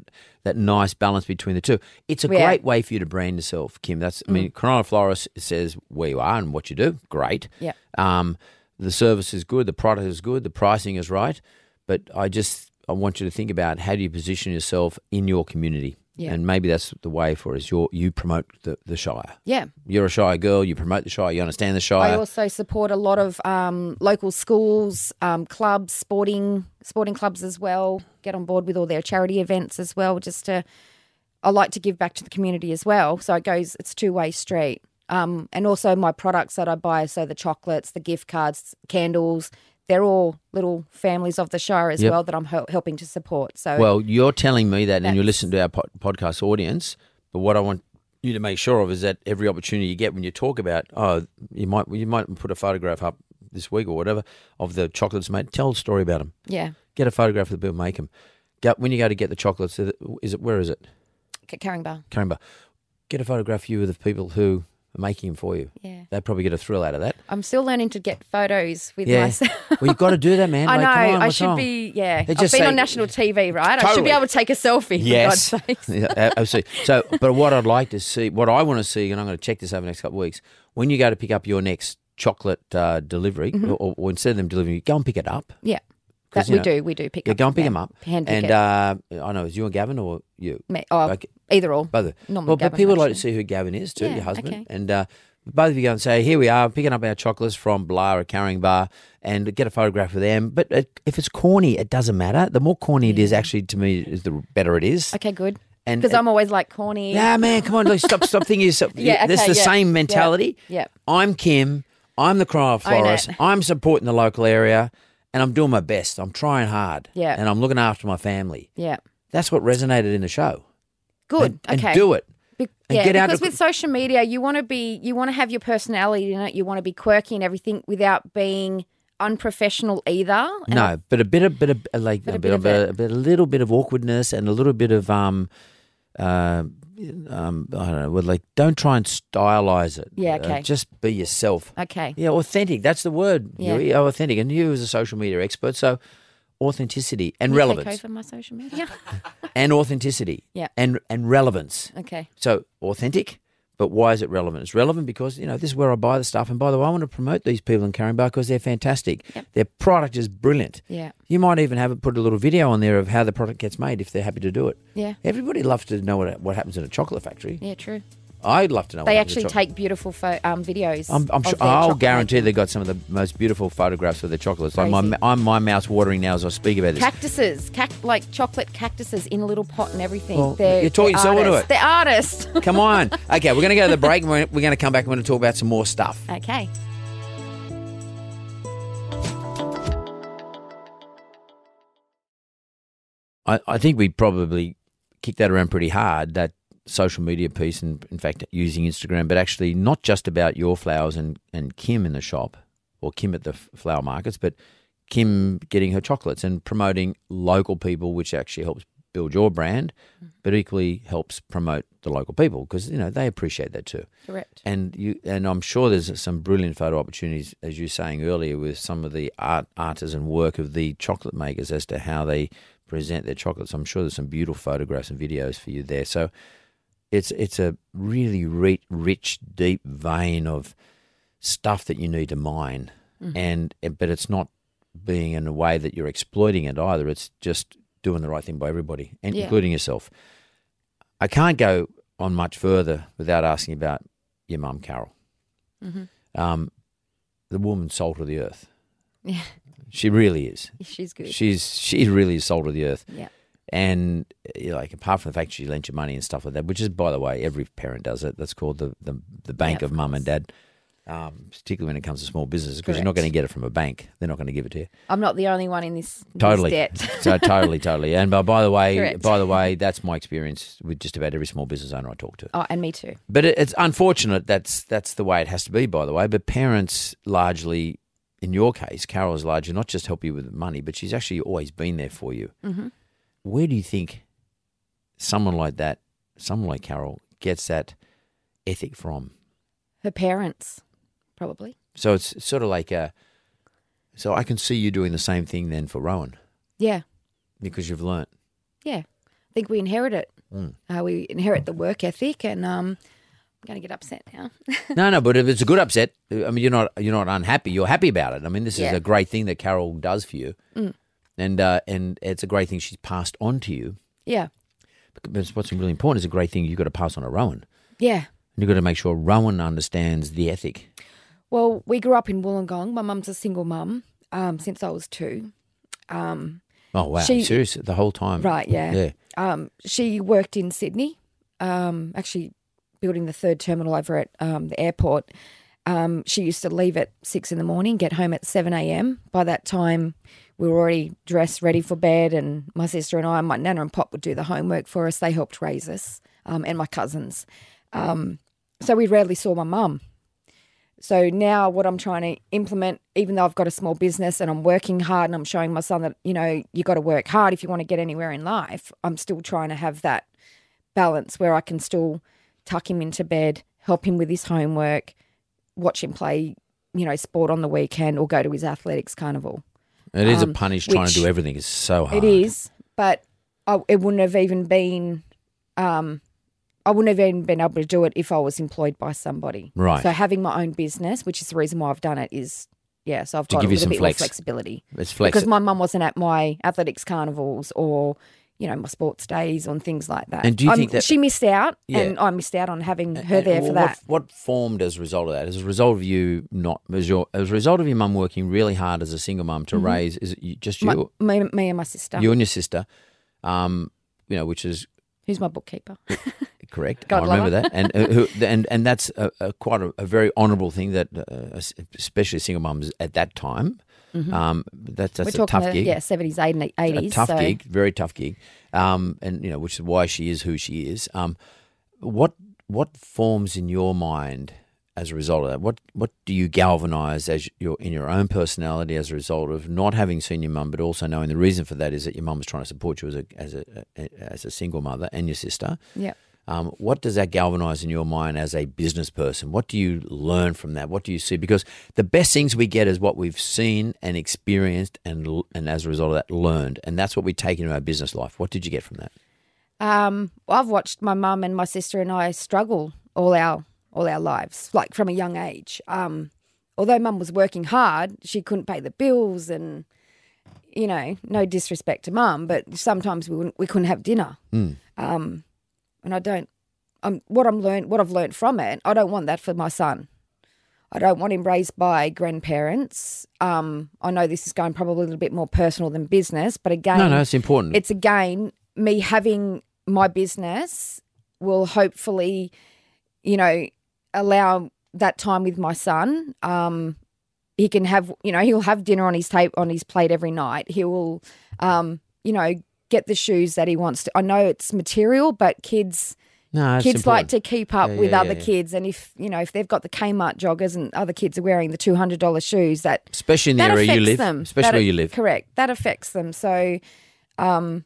Speaker 1: that nice balance between the two. It's a
Speaker 2: Yeah. Mm.
Speaker 1: great way for you to brand yourself, Kim. That's I mean, Corona Florist says where you are and what you do. Great.
Speaker 2: Yeah.
Speaker 1: Um, the service is good. The product is good. The pricing is right. But I just I want you to think about how do you position yourself in your community.
Speaker 2: Yeah.
Speaker 1: And maybe that's the way for is you you promote the, the Shire.
Speaker 2: Yeah.
Speaker 1: You're a Shire girl, you promote the Shire, you understand the
Speaker 2: I
Speaker 1: Shire.
Speaker 2: also support a lot of um, local schools, um, clubs, sporting sporting clubs as well. Get on board with all their charity events as well. Just to, I like to give back to the community as well. So it goes, it's two way street. Um, and also my products that I buy, so the chocolates, the gift cards, candles, they're all little families of the Shire as
Speaker 1: Yep.
Speaker 2: well that I'm hel- helping to support. So
Speaker 1: well, you're telling me that and you
Speaker 2: Oh, That's-
Speaker 1: listen to our pod- podcast audience, but what I want you to make sure of is that every opportunity you get when you talk about oh you might you might put a photograph up this week or whatever of the chocolates made, tell a story about them.
Speaker 2: yeah,
Speaker 1: Get a photograph of the people who make them. Go, when you go to get the chocolates, is it where is it?
Speaker 2: C- carrying bar.
Speaker 1: Can't remember. Get a photograph of you of the people who are making them for you.
Speaker 2: Yeah.
Speaker 1: They'd probably get a thrill out of that.
Speaker 2: I'm still learning to get photos with
Speaker 1: Yeah.
Speaker 2: myself.
Speaker 1: Well, you've got to do that, man.
Speaker 2: I
Speaker 1: Like,
Speaker 2: know.
Speaker 1: come on,
Speaker 2: I
Speaker 1: what's
Speaker 2: should
Speaker 1: wrong?
Speaker 2: be. Yeah,
Speaker 1: They
Speaker 2: I've
Speaker 1: just
Speaker 2: been
Speaker 1: say-
Speaker 2: on national TV, right? I should
Speaker 1: Totally.
Speaker 2: be able to take a selfie.
Speaker 1: Yes.
Speaker 2: For God's sakes.
Speaker 1: Yeah, a- absolutely. So, but what I'd like to see, what I want to see, and I'm going to check this over the next couple of weeks, when you go to pick up your next chocolate uh, delivery,
Speaker 2: Mm-hmm.
Speaker 1: or, or instead of them delivering you, go and pick it up.
Speaker 2: Yeah,
Speaker 1: 'Cause,
Speaker 2: that
Speaker 1: you
Speaker 2: we
Speaker 1: know,
Speaker 2: do. We do pick
Speaker 1: Yeah,
Speaker 2: up.
Speaker 1: go and pick
Speaker 2: yeah,
Speaker 1: them up.
Speaker 2: Hand pick
Speaker 1: and
Speaker 2: it.
Speaker 1: uh, I don't know, is you and Gavin or you?
Speaker 2: Me- oh,
Speaker 1: like-
Speaker 2: either or.
Speaker 1: Both of you.
Speaker 2: Normally
Speaker 1: Well, but
Speaker 2: Gavin,
Speaker 1: people would like to
Speaker 2: actually.
Speaker 1: see who Gavin is too,
Speaker 2: Yeah,
Speaker 1: your husband.
Speaker 2: okay.
Speaker 1: And uh, both of you go and say, here we are, picking up our chocolates from Blar or Carrying Bar and get a photograph of them. But uh, if it's corny, it doesn't matter. The more corny it is, actually, to me, is the better it is.
Speaker 2: Okay, good.
Speaker 1: And-
Speaker 2: Because I'm always like corny.
Speaker 1: Yeah, man, come on, like, stop, stop thinking yourself.
Speaker 2: Yeah,
Speaker 1: this is
Speaker 2: okay,
Speaker 1: the
Speaker 2: yeah,
Speaker 1: same
Speaker 2: yeah,
Speaker 1: mentality.
Speaker 2: yeah.
Speaker 1: I'm Kim. I'm the cry of
Speaker 2: Own it.
Speaker 1: florist. I'm supporting the local area, and I'm doing my best. I'm trying hard.
Speaker 2: Yeah.
Speaker 1: and I'm looking after my family.
Speaker 2: Yeah.
Speaker 1: That's what resonated in the show.
Speaker 2: Good.
Speaker 1: and,
Speaker 2: okay.
Speaker 1: and do it.
Speaker 2: Be-
Speaker 1: and
Speaker 2: yeah,
Speaker 1: get out
Speaker 2: because
Speaker 1: of-
Speaker 2: with social media, you want to be, you want to have your personality in it. You want to be quirky and everything without being unprofessional either. And I-
Speaker 1: No, but a bit of bit of like
Speaker 2: But
Speaker 1: a, bit, of a, a bit, a little bit of awkwardness and a little bit of um, uh, um, I don't know, well, like don't try and stylize it.
Speaker 2: Yeah,
Speaker 1: Uh,
Speaker 2: okay.
Speaker 1: just be yourself.
Speaker 2: okay.
Speaker 1: Yeah, authentic. That's the word.
Speaker 2: Yeah.
Speaker 1: Yui, authentic. And you as a social media expert, so authenticity and
Speaker 2: You
Speaker 1: relevance.
Speaker 2: Take over my social media.
Speaker 1: And authenticity.
Speaker 2: Yeah.
Speaker 1: And and relevance.
Speaker 2: okay.
Speaker 1: So authentic, but why is it relevant? It's relevant because, you know, this is where I buy the stuff. And by the way, I want to promote these people in Carimbar because they're fantastic. Their product is brilliant.
Speaker 2: Yeah.
Speaker 1: You might even have it put a little video on there of how the product gets made if they're happy to do it.
Speaker 2: Yeah.
Speaker 1: Everybody loves to know what, what happens in a chocolate factory.
Speaker 2: Yeah. True.
Speaker 1: I'd love to know
Speaker 2: They
Speaker 1: what happens in a
Speaker 2: actually
Speaker 1: chocolate-
Speaker 2: take beautiful pho- um, videos.
Speaker 1: I'm, I'm
Speaker 2: of
Speaker 1: sure,
Speaker 2: their
Speaker 1: I'll
Speaker 2: chocolate
Speaker 1: guarantee
Speaker 2: making.
Speaker 1: they've got some of the most beautiful photographs of their chocolates. Like my,
Speaker 2: Crazy.
Speaker 1: I'm my mouth's watering now as I speak about this.
Speaker 2: cactuses, cac- like chocolate cactuses in a little pot and everything.
Speaker 1: Well,
Speaker 2: they're,
Speaker 1: you're talking
Speaker 2: they're
Speaker 1: yourself into
Speaker 2: artists.
Speaker 1: it.
Speaker 2: They're artists.
Speaker 1: Come on. Okay, we're going to go to the break and we're, we're going to come back and we're going to talk about some more stuff.
Speaker 2: okay.
Speaker 1: I, I think we probably kicked that around pretty hard that social media piece and in fact using Instagram, but actually not just about your flowers and, and Kim in the shop or Kim at the f- flower markets, but Kim getting her chocolates and promoting local people, which actually helps build your brand,
Speaker 2: Mm-hmm.
Speaker 1: but equally helps promote the local people because you know they appreciate that too.
Speaker 2: Correct.
Speaker 1: And you and I'm sure there's some brilliant photo opportunities, as you were saying earlier, with some of the art artisan work of the chocolate makers as to how they present their chocolates. I'm sure there's some beautiful photographs and videos for you there. So it's it's a really re- rich, deep vein of stuff that you need to mine,
Speaker 2: Mm-hmm.
Speaker 1: and and- but it's not being in a way that you're exploiting it either. It's just doing the right thing by everybody, and
Speaker 2: Yeah.
Speaker 1: including yourself. I can't go on much further without asking about your mum, Carol.
Speaker 2: Mm-hmm.
Speaker 1: Um, the woman, salt of the earth.
Speaker 2: Yeah,
Speaker 1: She really is.
Speaker 2: she's good.
Speaker 1: She's she really is salt of the earth.
Speaker 2: yeah,
Speaker 1: And you know, like apart from the fact she lent you money and stuff like that, which is by the way, every parent does it. That's called the the, the bank
Speaker 2: Yeah,
Speaker 1: of
Speaker 2: of
Speaker 1: mum and
Speaker 2: course.
Speaker 1: dad. Um, particularly when it comes to small businesses, because you're not
Speaker 2: Correct.
Speaker 1: going to get it from a bank. They're not going to give it to you.
Speaker 2: I'm not the only one in this this
Speaker 1: Totally.
Speaker 2: debt.
Speaker 1: so totally, totally. And by, by the way,
Speaker 2: Correct.
Speaker 1: by the way, that's my experience with just about every small business owner I talk to.
Speaker 2: oh, and me too.
Speaker 1: But it, it's unfortunate that's that's the way it has to be, by the way. But parents largely, in your case, Carol is largely not just help you with money, but she's actually always been there for you. Mm-hmm. Where do you think someone like that, someone like Carol, gets that ethic from?
Speaker 2: Her parents, probably.
Speaker 1: So it's sort of like a. So I can see you doing the same thing then for Rowan
Speaker 2: Yeah,
Speaker 1: because you've learnt.
Speaker 2: yeah. I think we inherit it.
Speaker 1: Mm.
Speaker 2: Uh, we inherit the work ethic, and um, I'm going to get upset now.
Speaker 1: No, no, but if it's a good upset, I mean, you're not you're not unhappy. You're happy about it. I mean, this is
Speaker 2: Yeah. Mm.
Speaker 1: a great thing that Carol does for you, and uh, and it's a great thing she's passed on to you.
Speaker 2: yeah,
Speaker 1: But what's really important is a great thing you've got to pass on to Rowan.
Speaker 2: Yeah.
Speaker 1: And you've got to make sure Rowan understands the ethic.
Speaker 2: Well, we grew up in Wollongong. My mum's a single mum um, since I was two. Um,
Speaker 1: Oh, wow.
Speaker 2: She-
Speaker 1: Serious? The whole time?
Speaker 2: Right, yeah.
Speaker 1: Yeah.
Speaker 2: um, she worked in Sydney, um, actually building the third terminal over at um, the airport. Um, she used to leave at six in the morning, get home at 7 a.m. By that time, we were already dressed, ready for bed, and my sister and I, my nana and pop would do the homework for us. They helped raise us, um, and my cousins. Um, so we rarely saw my mum. So now what I'm trying to implement, even though I've got a small business and I'm working hard and I'm showing my son that, you know, you got to work hard if you want to get anywhere in life, I'm still trying to have that balance where I can still tuck him into bed, help him with his homework, watch him play, you know, sport on the weekend or go to his athletics carnival.
Speaker 1: It is a
Speaker 2: Um,
Speaker 1: punish trying to
Speaker 2: which-
Speaker 1: do everything. It's so hard.
Speaker 2: It is, but I, it wouldn't have even been, um, I wouldn't have even been able to do it if I was employed by somebody.
Speaker 1: Right.
Speaker 2: So having my own business, which is the reason why I've done it, is yeah. So I've
Speaker 1: To
Speaker 2: got
Speaker 1: give
Speaker 2: a
Speaker 1: you
Speaker 2: little
Speaker 1: some
Speaker 2: bit
Speaker 1: flex.
Speaker 2: more flexibility
Speaker 1: It's flex.
Speaker 2: because my mum wasn't at my athletics carnivals or you know my sports days on things like that.
Speaker 1: And do you
Speaker 2: I'm-
Speaker 1: think that-
Speaker 2: she missed out,
Speaker 1: Yeah.
Speaker 2: and I missed out on having
Speaker 1: And-
Speaker 2: her
Speaker 1: and
Speaker 2: there
Speaker 1: wh-
Speaker 2: for
Speaker 1: what-
Speaker 2: that?
Speaker 1: What, formed as a result of that? As a result of you not, as, your, as a result of your mum working really hard as a single mum to raise, is it you, just you,
Speaker 2: Mm-hmm. My- me, me and my sister,
Speaker 1: you and your sister, um, you know, which is
Speaker 2: who's my bookkeeper.
Speaker 1: correct.
Speaker 2: God
Speaker 1: I
Speaker 2: love
Speaker 1: remember that, and uh, who, and and that's a, a quite a, a very honourable thing that, uh, especially single mums at that time, um, that's that's
Speaker 2: Mm-hmm. We're
Speaker 1: a tough
Speaker 2: talking
Speaker 1: gig.
Speaker 2: yeah, seventies,
Speaker 1: a
Speaker 2: eighties.
Speaker 1: tough
Speaker 2: so
Speaker 1: gig, very tough gig, um, and you know, which is why she is who she is. Um, what what forms in your mind as a result of that? What what do you galvanise as your in your own personality as a result of not having seen your mum, but also knowing the reason for that is that your mum was trying to support you as a as a as a single mother and your sister.
Speaker 2: yeah.
Speaker 1: Um, what does that galvanize in your mind as a business person? What do you learn from that? What do you see? Because the best things we get is what we've seen and experienced, and l- and as a result of that, learned, and that's what we take into our business life. What did you get from that?
Speaker 2: Um, well, I've watched my mum and my sister and I struggle all our all our lives, like from a young age. Um, although mum was working hard, she couldn't pay the bills, and you know, no disrespect to mum, but sometimes we wouldn't, we couldn't have dinner. Um, and I don't. Um, what I'm learned, what I've learned from it, I don't want that for my son. I don't want him raised by grandparents. Um, I know this is going probably a little bit more personal than business, but again,
Speaker 1: No, no, it's important.
Speaker 2: it's again me having my business will hopefully you know allow that time with my son um he can have you know he'll have dinner on his tape on his plate every night he will um you know get the shoes that he wants to i know it's material but kids
Speaker 1: no, it's
Speaker 2: kids like
Speaker 1: important.
Speaker 2: to keep up
Speaker 1: Yeah,
Speaker 2: with
Speaker 1: yeah,
Speaker 2: other
Speaker 1: yeah, yeah.
Speaker 2: kids and if you know if they've got the kmart joggers and other kids are wearing the $200 shoes that
Speaker 1: especially in the
Speaker 2: that
Speaker 1: area you
Speaker 2: affects
Speaker 1: live,
Speaker 2: them.
Speaker 1: especially
Speaker 2: That-
Speaker 1: where you live.
Speaker 2: Correct. That affects them. So, um,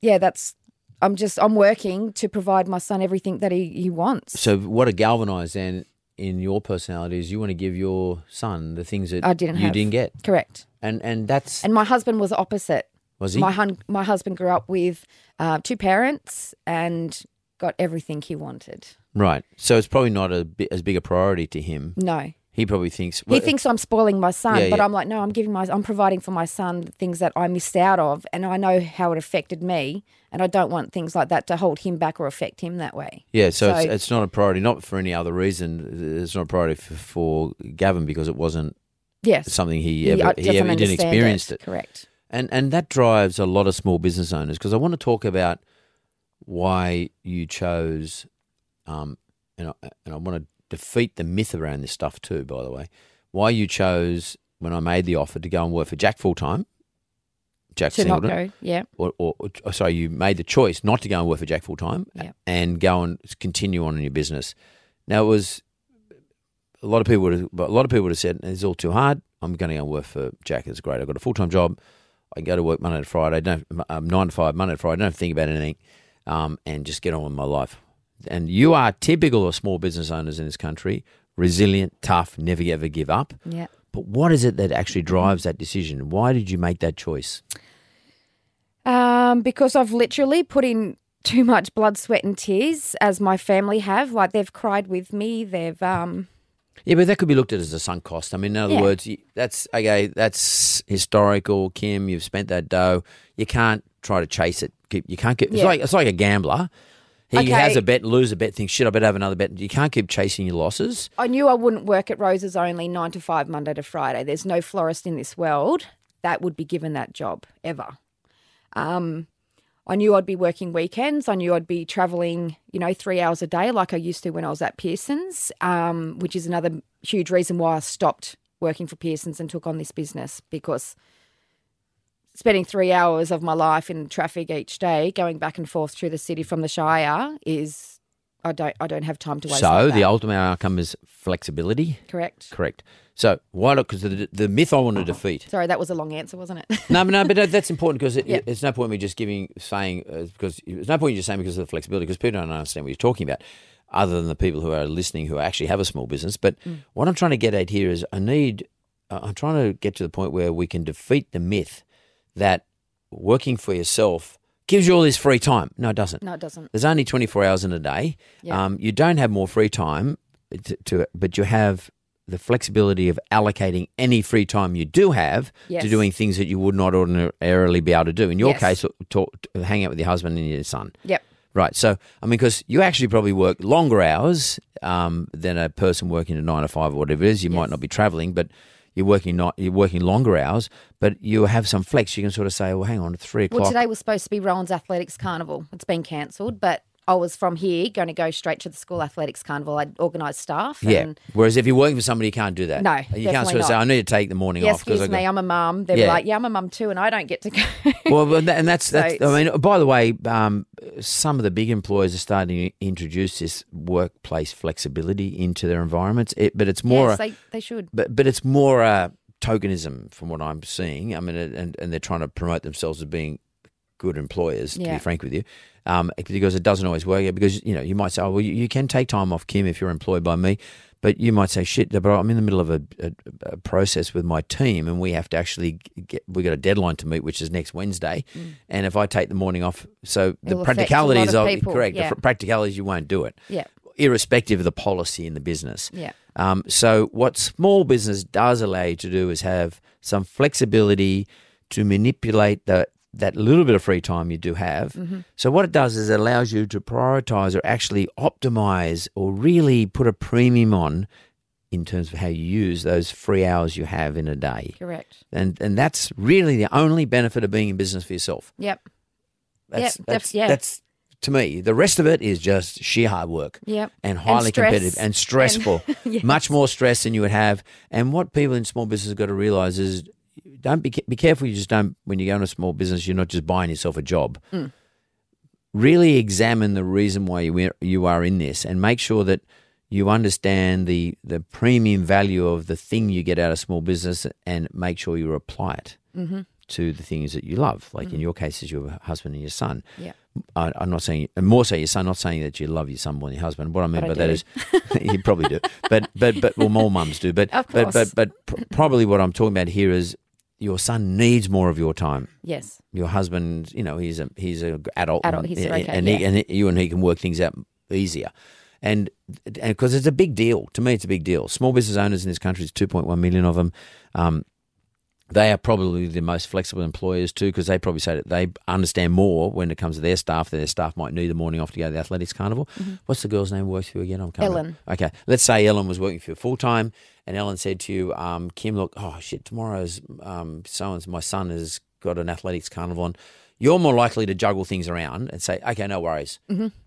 Speaker 2: yeah, that's. I'm just. I'm working to provide my son everything that he he wants.
Speaker 1: So, what a galvanize then in your personality is you want to give your son the things that
Speaker 2: I didn't.
Speaker 1: you
Speaker 2: have.
Speaker 1: didn't get,
Speaker 2: Correct.
Speaker 1: and and that's
Speaker 2: And my husband was opposite.
Speaker 1: was he
Speaker 2: My hun- my husband grew up with uh, two parents and got everything he wanted.
Speaker 1: right. So it's probably not a bi- as big a priority to him.
Speaker 2: No.
Speaker 1: He probably thinks
Speaker 2: he thinks I'm spoiling my son,
Speaker 1: Yeah,
Speaker 2: but
Speaker 1: yeah.
Speaker 2: I'm like, no, I'm giving my, I'm providing for my son the things that I missed out of, and I know how it affected me, and I don't want things like that to hold him back or affect him that way.
Speaker 1: Yeah, so, it's,
Speaker 2: So-
Speaker 1: it's not a priority, not for any other reason. It's not a priority for, for Gavin because it wasn't
Speaker 2: Yes.
Speaker 1: something he,
Speaker 2: He-
Speaker 1: ever
Speaker 2: I
Speaker 1: he,
Speaker 2: doesn't
Speaker 1: ever, he didn't
Speaker 2: understand
Speaker 1: experience it.
Speaker 2: Correct.
Speaker 1: And and that drives a lot of small business owners because I want to talk about why you chose, um, and I, and I want to defeat the myth around this stuff too. By the way, why you chose when I made the offer to go and work for Jack full time, Jack
Speaker 2: To not
Speaker 1: Singleton,
Speaker 2: go, yeah.
Speaker 1: or, or, or sorry, you made the choice not to go and work for Jack full time
Speaker 2: Yeah.
Speaker 1: and go and continue on in your business. Now it was a lot of people would have, a lot of people would have said it's all too hard. I'm going to go and work for Jack. It's great. I've got a full time job. I go to work Monday to Friday. Don't um, nine to five Monday to Friday. Don't have to think about anything, um, and just get on with my life. And you are typical of small business owners in this country: resilient, tough, never ever give up.
Speaker 2: Yeah.
Speaker 1: But what is it that actually drives that decision? Why did you make that choice?
Speaker 2: Um, because I've literally put in too much blood, sweat, and tears, as my family have. Like they've cried with me. They've um,
Speaker 1: Yeah, but that could be looked at as a sunk cost. I mean, in other
Speaker 2: Yeah.
Speaker 1: words, you, that's okay. That's historical, Kim. You've spent that dough. You can't try to chase it. Keep you can't keep. It's
Speaker 2: Yeah.
Speaker 1: like it's like a gambler. He
Speaker 2: Okay.
Speaker 1: has a bet, lose a bet, thinks shit. I better have another bet. You can't keep chasing your losses.
Speaker 2: I knew I wouldn't work at Rose's only nine to five, Monday to Friday. There's no florist in this world that would be given that job ever. Um, I knew I'd be working weekends. I knew I'd be traveling, you know, three hours a day like I used to when I was at Pearson's, um, which is another huge reason why I stopped working for Pearson's and took on this business because spending three hours of my life in traffic each day, going back and forth through the city from the Shire, is I don't I don't have time to waste.
Speaker 1: So
Speaker 2: like
Speaker 1: the
Speaker 2: that.
Speaker 1: ultimate outcome is flexibility.
Speaker 2: correct.
Speaker 1: Correct. So why not? Because the, the myth I want
Speaker 2: Uh-huh.
Speaker 1: to defeat
Speaker 2: Sorry, that was a long answer, wasn't it?
Speaker 1: No, but no, but that- that's important because it,
Speaker 2: Yeah.
Speaker 1: it's no point me just giving saying uh, because there's no point you just saying because of the flexibility because people don't understand what you're talking about, other than the people who are listening who actually have a small business. But what I'm trying to get at here is I need uh, I'm trying to get to the point where we can defeat the myth that working for yourself gives you all this free time. No, it doesn't.
Speaker 2: no, it doesn't.
Speaker 1: There's only 24 hours in a day.
Speaker 2: Yeah.
Speaker 1: Um, you don't have more free time to, to, but you have the flexibility of allocating any free time you do have
Speaker 2: Yes.
Speaker 1: to doing things that you would not ordinarily be able to do. In your
Speaker 2: Yes.
Speaker 1: case, talk, hang out with your husband and your son.
Speaker 2: Yep.
Speaker 1: Right. So, I mean, because you actually probably work longer hours um, than a person working a nine to five or whatever it is. You might not be traveling, but you're working not you're working longer hours, but you have some flex. You can sort of say, "Well, hang on, it's three o'clock."
Speaker 2: Well, today was supposed to be Rowan's Athletics Carnival. It's been cancelled, but I was from here going to go straight to the school athletics carnival. I'd organised staff.
Speaker 1: Yeah.
Speaker 2: And,
Speaker 1: Whereas if you're working for somebody, you can't do that.
Speaker 2: No,
Speaker 1: you can't
Speaker 2: definitely
Speaker 1: sort of say,
Speaker 2: not.
Speaker 1: "I need to take the morning
Speaker 2: yeah,
Speaker 1: off." 'cause
Speaker 2: excuse
Speaker 1: I
Speaker 2: me,
Speaker 1: got-
Speaker 2: I'm a mum. They
Speaker 1: Yeah.
Speaker 2: were like, yeah, I'm a mum too, and I don't get to go.
Speaker 1: well, but tha- and that's that's.
Speaker 2: So
Speaker 1: I mean, by the way, um, some of the big employers are starting to introduce this workplace flexibility into their environments. It, but it's more, a-
Speaker 2: yes, they, they should.
Speaker 1: but but it's more uh, tokenism from what I'm seeing. I mean, and and they're trying to promote themselves as being good employers. To
Speaker 2: Yeah.
Speaker 1: be frank with you, um, because it doesn't always work. Because you know, you might say, "Oh, well, you, you can take time off, Kim, if you're employed by me," but you might say, "Shit, but I'm in the middle of a, a, a process with my team, and we have to actually get we got a deadline to meet, which is next Wednesday, and if I take the morning off, so
Speaker 2: Mm. It'll
Speaker 1: the
Speaker 2: affect a lot
Speaker 1: practicalities,
Speaker 2: of
Speaker 1: are
Speaker 2: people,
Speaker 1: correct.
Speaker 2: yeah.
Speaker 1: The fr- practicalities, you won't do it."
Speaker 2: Yeah.
Speaker 1: irrespective of the policy in the business.
Speaker 2: Yeah.
Speaker 1: Um, so what small business does allow you to do is have some flexibility to manipulate that that little bit of free time you do have. So what it does is it allows you to prioritize or actually optimize or really put a premium on in terms of how you use those free hours you have in a day.
Speaker 2: Correct.
Speaker 1: And and that's really the only benefit of being in business for yourself.
Speaker 2: Yep.
Speaker 1: That's
Speaker 2: Yep, def-
Speaker 1: that's,
Speaker 2: yeah.
Speaker 1: that's to me. The rest of it is just sheer hard work
Speaker 2: Yep.
Speaker 1: and highly
Speaker 2: stress.
Speaker 1: competitive and stressful.
Speaker 2: Yes.
Speaker 1: Much more stress than you would have. And what people in small business have got to realize is don't be be careful. You just don't when you go into a small business, you're not just buying yourself a job.
Speaker 2: Mm.
Speaker 1: Really examine the reason why you you are in this, and make sure that you understand the the premium value of the thing you get out of small business, and make sure you apply it to the things that you love. Like in your case, is your husband and your son.
Speaker 2: Mm. Yeah.
Speaker 1: I, I'm not saying, and more so your son. Not saying that you love your son more than your husband. What I mean
Speaker 2: But I
Speaker 1: by that is, you probably do, but but but well, more mums do. But
Speaker 2: Of
Speaker 1: but
Speaker 2: course.
Speaker 1: but but pr- probably what I'm talking about here is your son needs more of your time.
Speaker 2: Yes.
Speaker 1: Your husband, you know, he's a he's a g- adult,
Speaker 2: Adult,
Speaker 1: and,
Speaker 2: he's okay,
Speaker 1: and, he,
Speaker 2: yeah.
Speaker 1: and he- you and he can work things out easier. And because it's a big deal to me, it's a big deal. Small business owners in this country, there's 2.1 million of them. Um, they are probably the most flexible employers too, because they probably say that they understand more when it comes to their staff. Their staff might need the morning off to go to the athletics carnival. What's the girl's name who works for you again? I'm coming.
Speaker 2: Mm-hmm. Ellen.
Speaker 1: Okay, let's say Ellen was working for you full time, and Ellen said to you, um, "Kim, look, oh shit, tomorrow's um, someone's my son has got an athletics carnival on." You're more likely to juggle things around and say, "Okay, no worries,"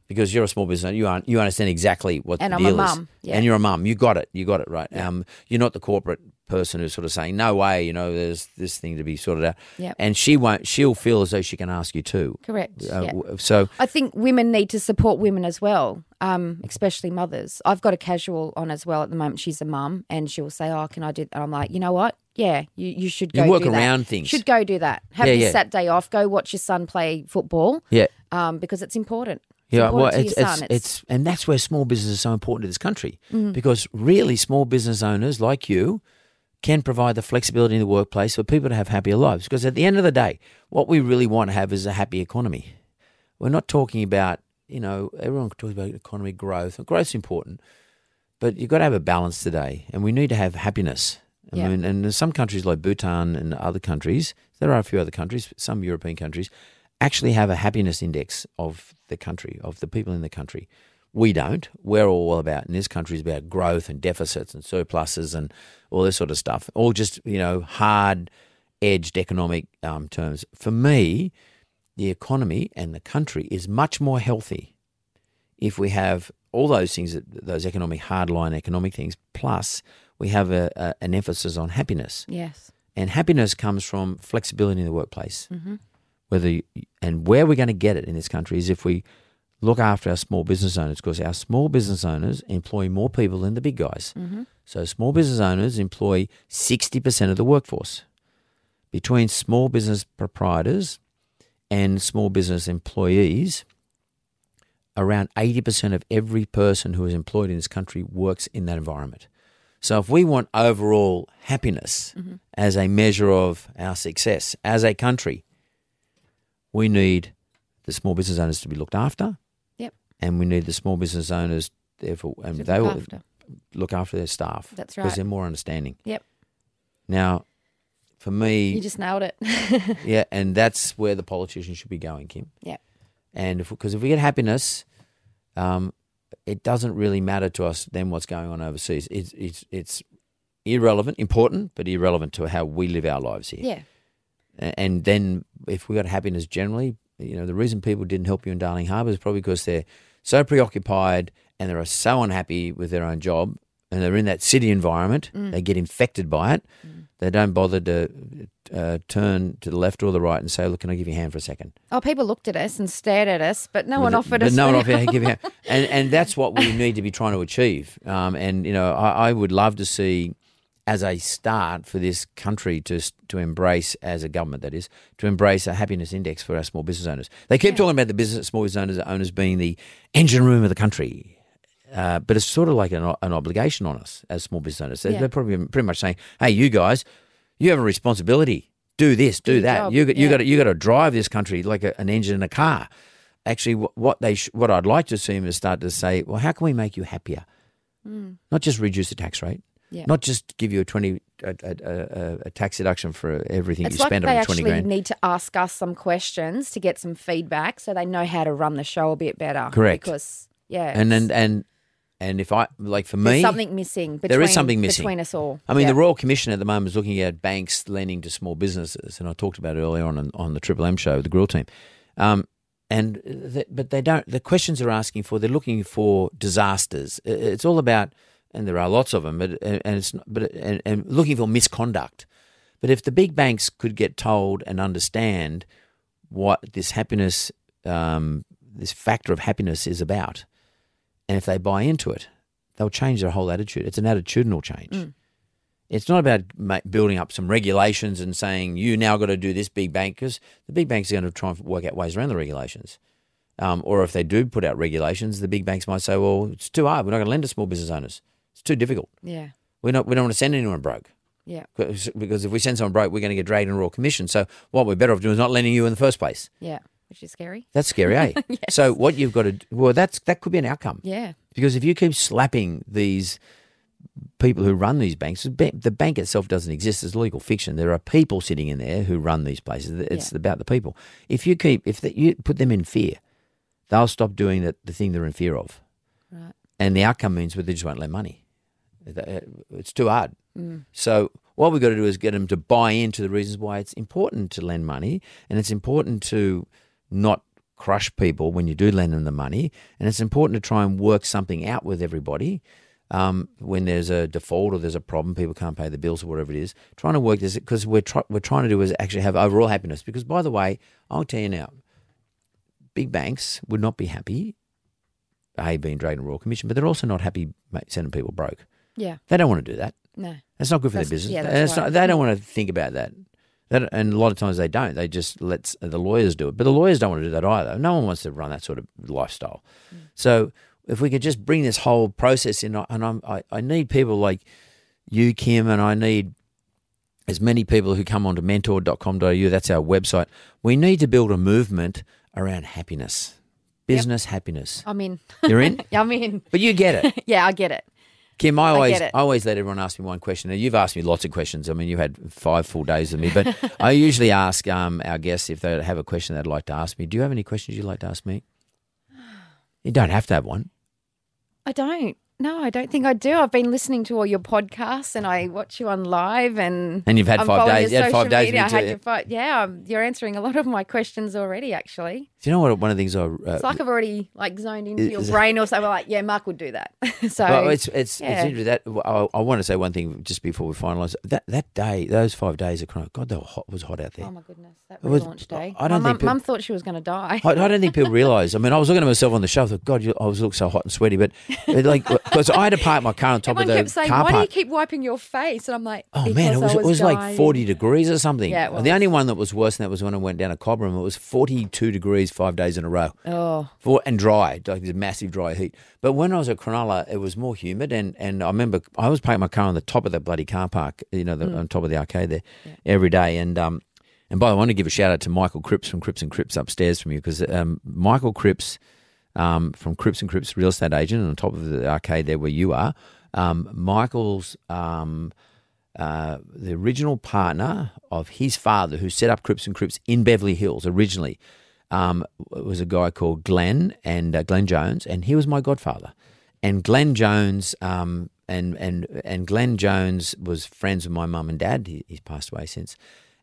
Speaker 1: because you're a small business. owner. You aren't. You understand exactly what
Speaker 2: Mm-hmm. And
Speaker 1: the
Speaker 2: I'm a
Speaker 1: deal is.
Speaker 2: mum, yeah.
Speaker 1: And you're a mum. You got it. You got it right. Um, you're not the corporate person who's sort of saying, "No way," you know, there's this thing to be sorted out.
Speaker 2: Yep.
Speaker 1: And she won't. She'll feel as though she can ask you too.
Speaker 2: Correct.
Speaker 1: Uh,
Speaker 2: yeah.
Speaker 1: w- So
Speaker 2: I think women need to support women as well, um, especially mothers. I've got a casual on as well at the moment. She's a mum, and she will say, "Oh, can I do?" that? And I'm like, you know what? Yeah, you, you should
Speaker 1: You
Speaker 2: go
Speaker 1: work
Speaker 2: do that.
Speaker 1: around things.
Speaker 2: Should go do that. Have
Speaker 1: Yeah,
Speaker 2: your
Speaker 1: yeah.
Speaker 2: Saturday off. Go watch your son play football.
Speaker 1: yeah.
Speaker 2: um, because it's important. It's
Speaker 1: Yeah,
Speaker 2: important
Speaker 1: well,
Speaker 2: to
Speaker 1: it's,
Speaker 2: your
Speaker 1: it's,
Speaker 2: son. Mm-hmm.
Speaker 1: it's, and that's where small business is so important to this country because really small business owners like you can provide the flexibility in the workplace for people to have happier lives. Because at the end of the day, what we really want to have is a happy economy. We're not talking about you know everyone talks about economy growth. and Growth's important, but you've got to have a balance today, and we need to have happiness. I
Speaker 2: Yeah.
Speaker 1: mean, and in some countries like Bhutan and other countries, there are a few other countries, some European countries, actually have a happiness index of the country, of the people in the country. We don't. We're all about in this country is about growth and deficits and surpluses and all this sort of stuff. All just you know hard edged economic um, terms. For me, the economy and the country is much more healthy if we have all those things, that- those economic hardline economic things, plus we have a, a, an emphasis on happiness
Speaker 2: Yes.
Speaker 1: and happiness comes from flexibility in the workplace. Whether you, and where we're going to get it in this country is if we look after our small business owners, because our small business owners employ more people than the big guys. So small business owners employ sixty percent of the workforce. Between small business proprietors and small business employees, around eighty percent of every person who is employed in this country works in that environment. So if we want overall happiness
Speaker 2: Mm-hmm.
Speaker 1: as a measure of our success as a country, we need the small business owners to be looked after,
Speaker 2: Yep.
Speaker 1: and we need the small business owners therefore, and
Speaker 2: To
Speaker 1: they
Speaker 2: look
Speaker 1: will
Speaker 2: after.
Speaker 1: look after their staff.
Speaker 2: That's
Speaker 1: because
Speaker 2: right.
Speaker 1: they're more understanding.
Speaker 2: Yep.
Speaker 1: Now, for me,
Speaker 2: You just nailed it.
Speaker 1: yeah, and that's where the politicians should be going, Kim.
Speaker 2: yep.
Speaker 1: And if because if we get happiness, um, it doesn't really matter to us then what's going on overseas. It's it's it's irrelevant, important, but irrelevant to how we live our lives here.
Speaker 2: Yeah.
Speaker 1: A- And then if we got happiness generally, you know, the reason people didn't help you in Darling Harbour is probably because they're so preoccupied and they're so unhappy with their own job and they're in that city environment. They get infected by it. They don't bother to uh, turn to the left or the right and say, look, can I give you a hand for a second?
Speaker 2: Oh, people looked at us and stared at us, but no one
Speaker 1: With it-
Speaker 2: offered
Speaker 1: but
Speaker 2: us.
Speaker 1: No one
Speaker 2: any-
Speaker 1: offered. give it- and and that's what we need to be trying to achieve. Um, and you know, I, I would love to see as a start for this country to s- to embrace as a government that is to embrace a happiness index for our small business owners. They keep talking about the business small business owners owners being the engine room of the country. Uh, but it's sort of like an, o- an obligation on us as small business owners. They're,
Speaker 2: Yeah.
Speaker 1: they're probably pretty much saying, "Hey, you guys, you have a responsibility. Do this, do,
Speaker 2: your
Speaker 1: that.
Speaker 2: job."
Speaker 1: You got, you
Speaker 2: Yeah.
Speaker 1: got to you got to drive this country like a, an engine in a car." actually wh- what they sh- what I'd like to see them is start to say, well, how can we make you happier? Not just reduce the tax rate,
Speaker 2: Mm. Yeah.
Speaker 1: not just give you a twenty a, a, a, a tax deduction for everything
Speaker 2: It's
Speaker 1: you
Speaker 2: like
Speaker 1: spend
Speaker 2: they
Speaker 1: on
Speaker 2: actually
Speaker 1: twenty grand.
Speaker 2: need to ask us some questions to get some feedback, so they know how to run the show a bit better.
Speaker 1: Correct.
Speaker 2: Because yeah,
Speaker 1: and
Speaker 2: it's-
Speaker 1: then and and if I like for
Speaker 2: there's
Speaker 1: me,
Speaker 2: something missing. Between,
Speaker 1: there is something missing
Speaker 2: between us all.
Speaker 1: I mean,
Speaker 2: Yeah.
Speaker 1: the Royal Commission at the moment is looking at banks lending to small businesses, and I talked about it earlier on on the Triple M show with the Grill team. Um, and th- but they don't. The questions they're asking for, they're looking for disasters. I- It's all about, and there are lots of them, but and it's not- but and, and looking for misconduct. But if the big banks could get told and understand what this happiness, um, this factor of happiness is about, and if they buy into it, they'll change their whole attitude. It's an attitudinal change. It's not about ma- building up some regulations and saying you now got to do this big bank because the big banks are going to try and work out ways around the regulations. Um, or if they do put out regulations, the big banks might say, "Well, it's too hard. We're not going to lend to small business owners. It's too difficult.
Speaker 2: yeah,
Speaker 1: We don't. We don't want to send anyone broke
Speaker 2: 'Cause-
Speaker 1: because because if we send someone broke, we're going to get dragged in raw commission. So what we're better off doing is not lending you in the first place.
Speaker 2: yeah, yeah, which is scary.
Speaker 1: That's scary, eh? So what you've got to d- well, that's that could be an outcome.
Speaker 2: Yeah,
Speaker 1: Because if you keep slapping these people who run these banks, the ba- the bank itself doesn't exist. It's legal fiction. There are people sitting in there who run these places. It's
Speaker 2: Yeah.
Speaker 1: about the people. If you keep, if the, you put them in fear, they'll stop doing the, the thing they're in fear of.
Speaker 2: right.
Speaker 1: And the outcome means well, they just won't lend money. Th- uh, It's too hard. So what we've got to do is get them to buy into the reasons why it's important to lend money, and it's important to not crush people when you do lend them the money, and it's important to try and work something out with everybody. Um, when there's a default or there's a problem, people can't pay the bills or whatever it is. Trying to work this because we're try, we're trying to do is actually have overall happiness. Because by the way, I'll tell you now, big banks would not be happy, a being dragged in royal commission, but they're also not happy ma- sending people broke.
Speaker 2: Yeah,
Speaker 1: They don't want to do that.
Speaker 2: no.
Speaker 1: That's not good for
Speaker 2: That's-
Speaker 1: their business.
Speaker 2: yeah,
Speaker 1: Yeah,
Speaker 2: that's right.
Speaker 1: not, they don't want to think about that. That, and a lot of times they don't. They just let the lawyers do it. But the lawyers don't want to do that either. No one wants to run that sort of lifestyle.
Speaker 2: Mm.
Speaker 1: So if we could just bring this whole process in, and I'm, I, I need people like you, Kim, and I need as many people who come onto mentor.com.au. That's our website. We need to build a movement around happiness, business happiness.
Speaker 2: I'm in.
Speaker 1: You're in?
Speaker 2: I'm in.
Speaker 1: But you get it.
Speaker 2: Yeah, I get it.
Speaker 1: Kim, I always,
Speaker 2: get
Speaker 1: I,
Speaker 2: it.
Speaker 1: always let everyone ask me one question. Now, you've asked me lots of questions. I mean, you had five full days of me, but I usually ask um, our guests if they have a question they'd like to ask me. Do you have any questions you'd like to ask me? You don't have to have one.
Speaker 2: I don't. No, I don't think I do. I've been listening to all your podcasts and I watch you on live and
Speaker 1: And you've had
Speaker 2: I'm
Speaker 1: five
Speaker 2: following
Speaker 1: days-
Speaker 2: Your
Speaker 1: you had five
Speaker 2: social
Speaker 1: days with
Speaker 2: Media. I
Speaker 1: me too,
Speaker 2: had
Speaker 1: yeah.
Speaker 2: your five, yeah, um, you're answering a lot of my questions already. Actually,
Speaker 1: Do you know what? One of the things I uh,
Speaker 2: it's like I've already like zoned into
Speaker 1: Is-
Speaker 2: your
Speaker 1: is-
Speaker 2: brain or something. Like, yeah, Mark would do that. so
Speaker 1: well, it's it's
Speaker 2: yeah.
Speaker 1: it's interesting that I, I want to say one thing just before we finalise that that day those five days of Corona God they were hot it was hot out there.
Speaker 2: oh my goodness, that
Speaker 1: It was-
Speaker 2: relaunch day.
Speaker 1: I don't
Speaker 2: my
Speaker 1: think
Speaker 2: mum,
Speaker 1: peop-
Speaker 2: mum thought she was going to die.
Speaker 1: I, I don't think people realise. I mean, I was looking at myself on the shelf. Like, God, you, I was looking so hot and sweaty, but it, like because I had to park my car on top
Speaker 2: Everyone
Speaker 1: of the
Speaker 2: kept saying,
Speaker 1: car
Speaker 2: "Why do you
Speaker 1: park.
Speaker 2: keep wiping your face?" And I'm like,
Speaker 1: Oh
Speaker 2: because
Speaker 1: man, it was,
Speaker 2: I
Speaker 1: it was like
Speaker 2: dying."
Speaker 1: 40 degrees or something.
Speaker 2: Yeah, it
Speaker 1: The
Speaker 2: was.
Speaker 1: only one that was worse than that was when I went down to Cobram. It was 42 degrees five days in a row.
Speaker 2: Oh,
Speaker 1: for, and dry, like the massive dry heat. But when I was at Cronulla, it was more humid, and, and I remember I was parking my car on the top of the bloody car park, you know, the,
Speaker 2: Mm.
Speaker 1: on top of the arcade there, every day. And um, and by the way, I want to give a shout out to Michael Cripps from Cripps and Cripps upstairs from you because um, Michael Cripps um, from Cripps and Cripps real estate agent on top of the arcade there where you are. Um, Michael's um, uh, the original partner of his father who set up Cripps and Cripps in Beverly Hills originally um, was a guy called Glenn and uh, Glenn Jones, and he was my godfather. And Glenn Jones, um, and and and Glenn Jones was friends with my mum and dad. He, he's passed away since,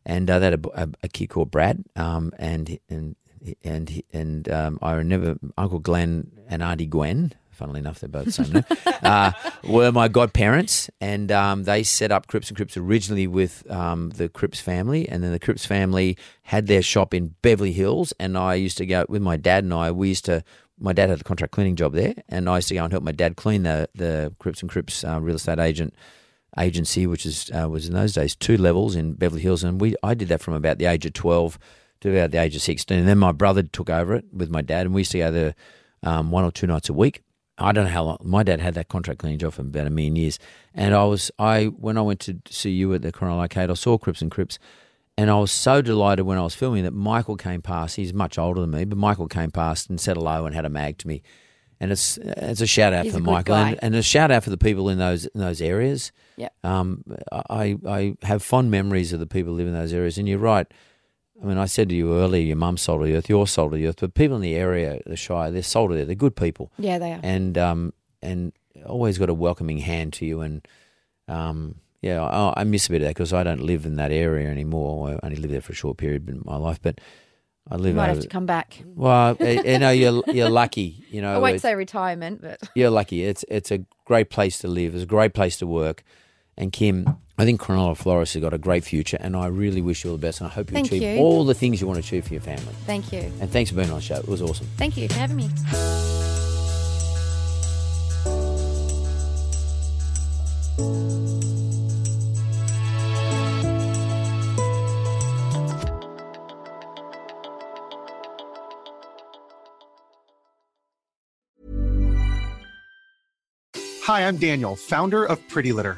Speaker 1: and uh, they had a, b- a- a kid called Brad. Um, and he- and he- and he- and um, I remember Uncle Glenn and Auntie Gwen. Funnily enough, they're both the same name. uh, were my godparents, and um, they set up Crips and Crips originally with um, the Crips family, and then the Crips family had their shop in Beverly Hills, and I used to go with my dad and I. We used to. My dad had a contract cleaning job there, and I used to go and help my dad clean the the Crips and Crips uh, real estate agent agency, which is uh, was in those days two levels in Beverly Hills, and we I did that from about the age of twelve to about the age of sixteen. And then my brother took over it with my dad, and we used to go there um, one or two nights a week. I don't know how long my dad had that contract cleaning job for about a million years, and I was I when I went to see you at the Coronel Arcade, I saw Crips and Crips. And I was so delighted when I was filming that Michael came past. He's much older than me, but Michael came past and said hello and had a mag to me. And it's it's a shout out
Speaker 2: He's
Speaker 1: for
Speaker 2: a good
Speaker 1: Michael
Speaker 2: guy.
Speaker 1: and, and a shout out for the people in those in those areas.
Speaker 2: Yep.
Speaker 1: Um, I I have fond memories of the people who live in those areas, and you're right. I mean, I said to you earlier, your mum's soul of the earth, your soul of the earth, but people in the area, the Shire, they're soul of the earth. They're good people,
Speaker 2: yeah, they are.
Speaker 1: and um, and always got a welcoming hand to you. And um, yeah, I, I miss a bit of that because I don't live in that area anymore. I only lived there for a short period in my life, but I
Speaker 2: You
Speaker 1: live.
Speaker 2: might
Speaker 1: over,
Speaker 2: have to come back.
Speaker 1: Well, you you know, you're you're lucky. You know,
Speaker 2: I won't
Speaker 1: Oh, it's-
Speaker 2: say retirement, but
Speaker 1: you're lucky. It's it's a great place to live. It's a great place to work. And Kim, I think Cronulla Florist has got a great future, and I really wish you all the best. And I hope you
Speaker 2: Thank
Speaker 1: achieve
Speaker 2: you.
Speaker 1: all the things you want to achieve for your family.
Speaker 2: thank you.
Speaker 1: And thanks for being on the show. It was awesome.
Speaker 2: Thank you for having me.
Speaker 3: Hi, I'm Daniel, founder of Pretty Litter.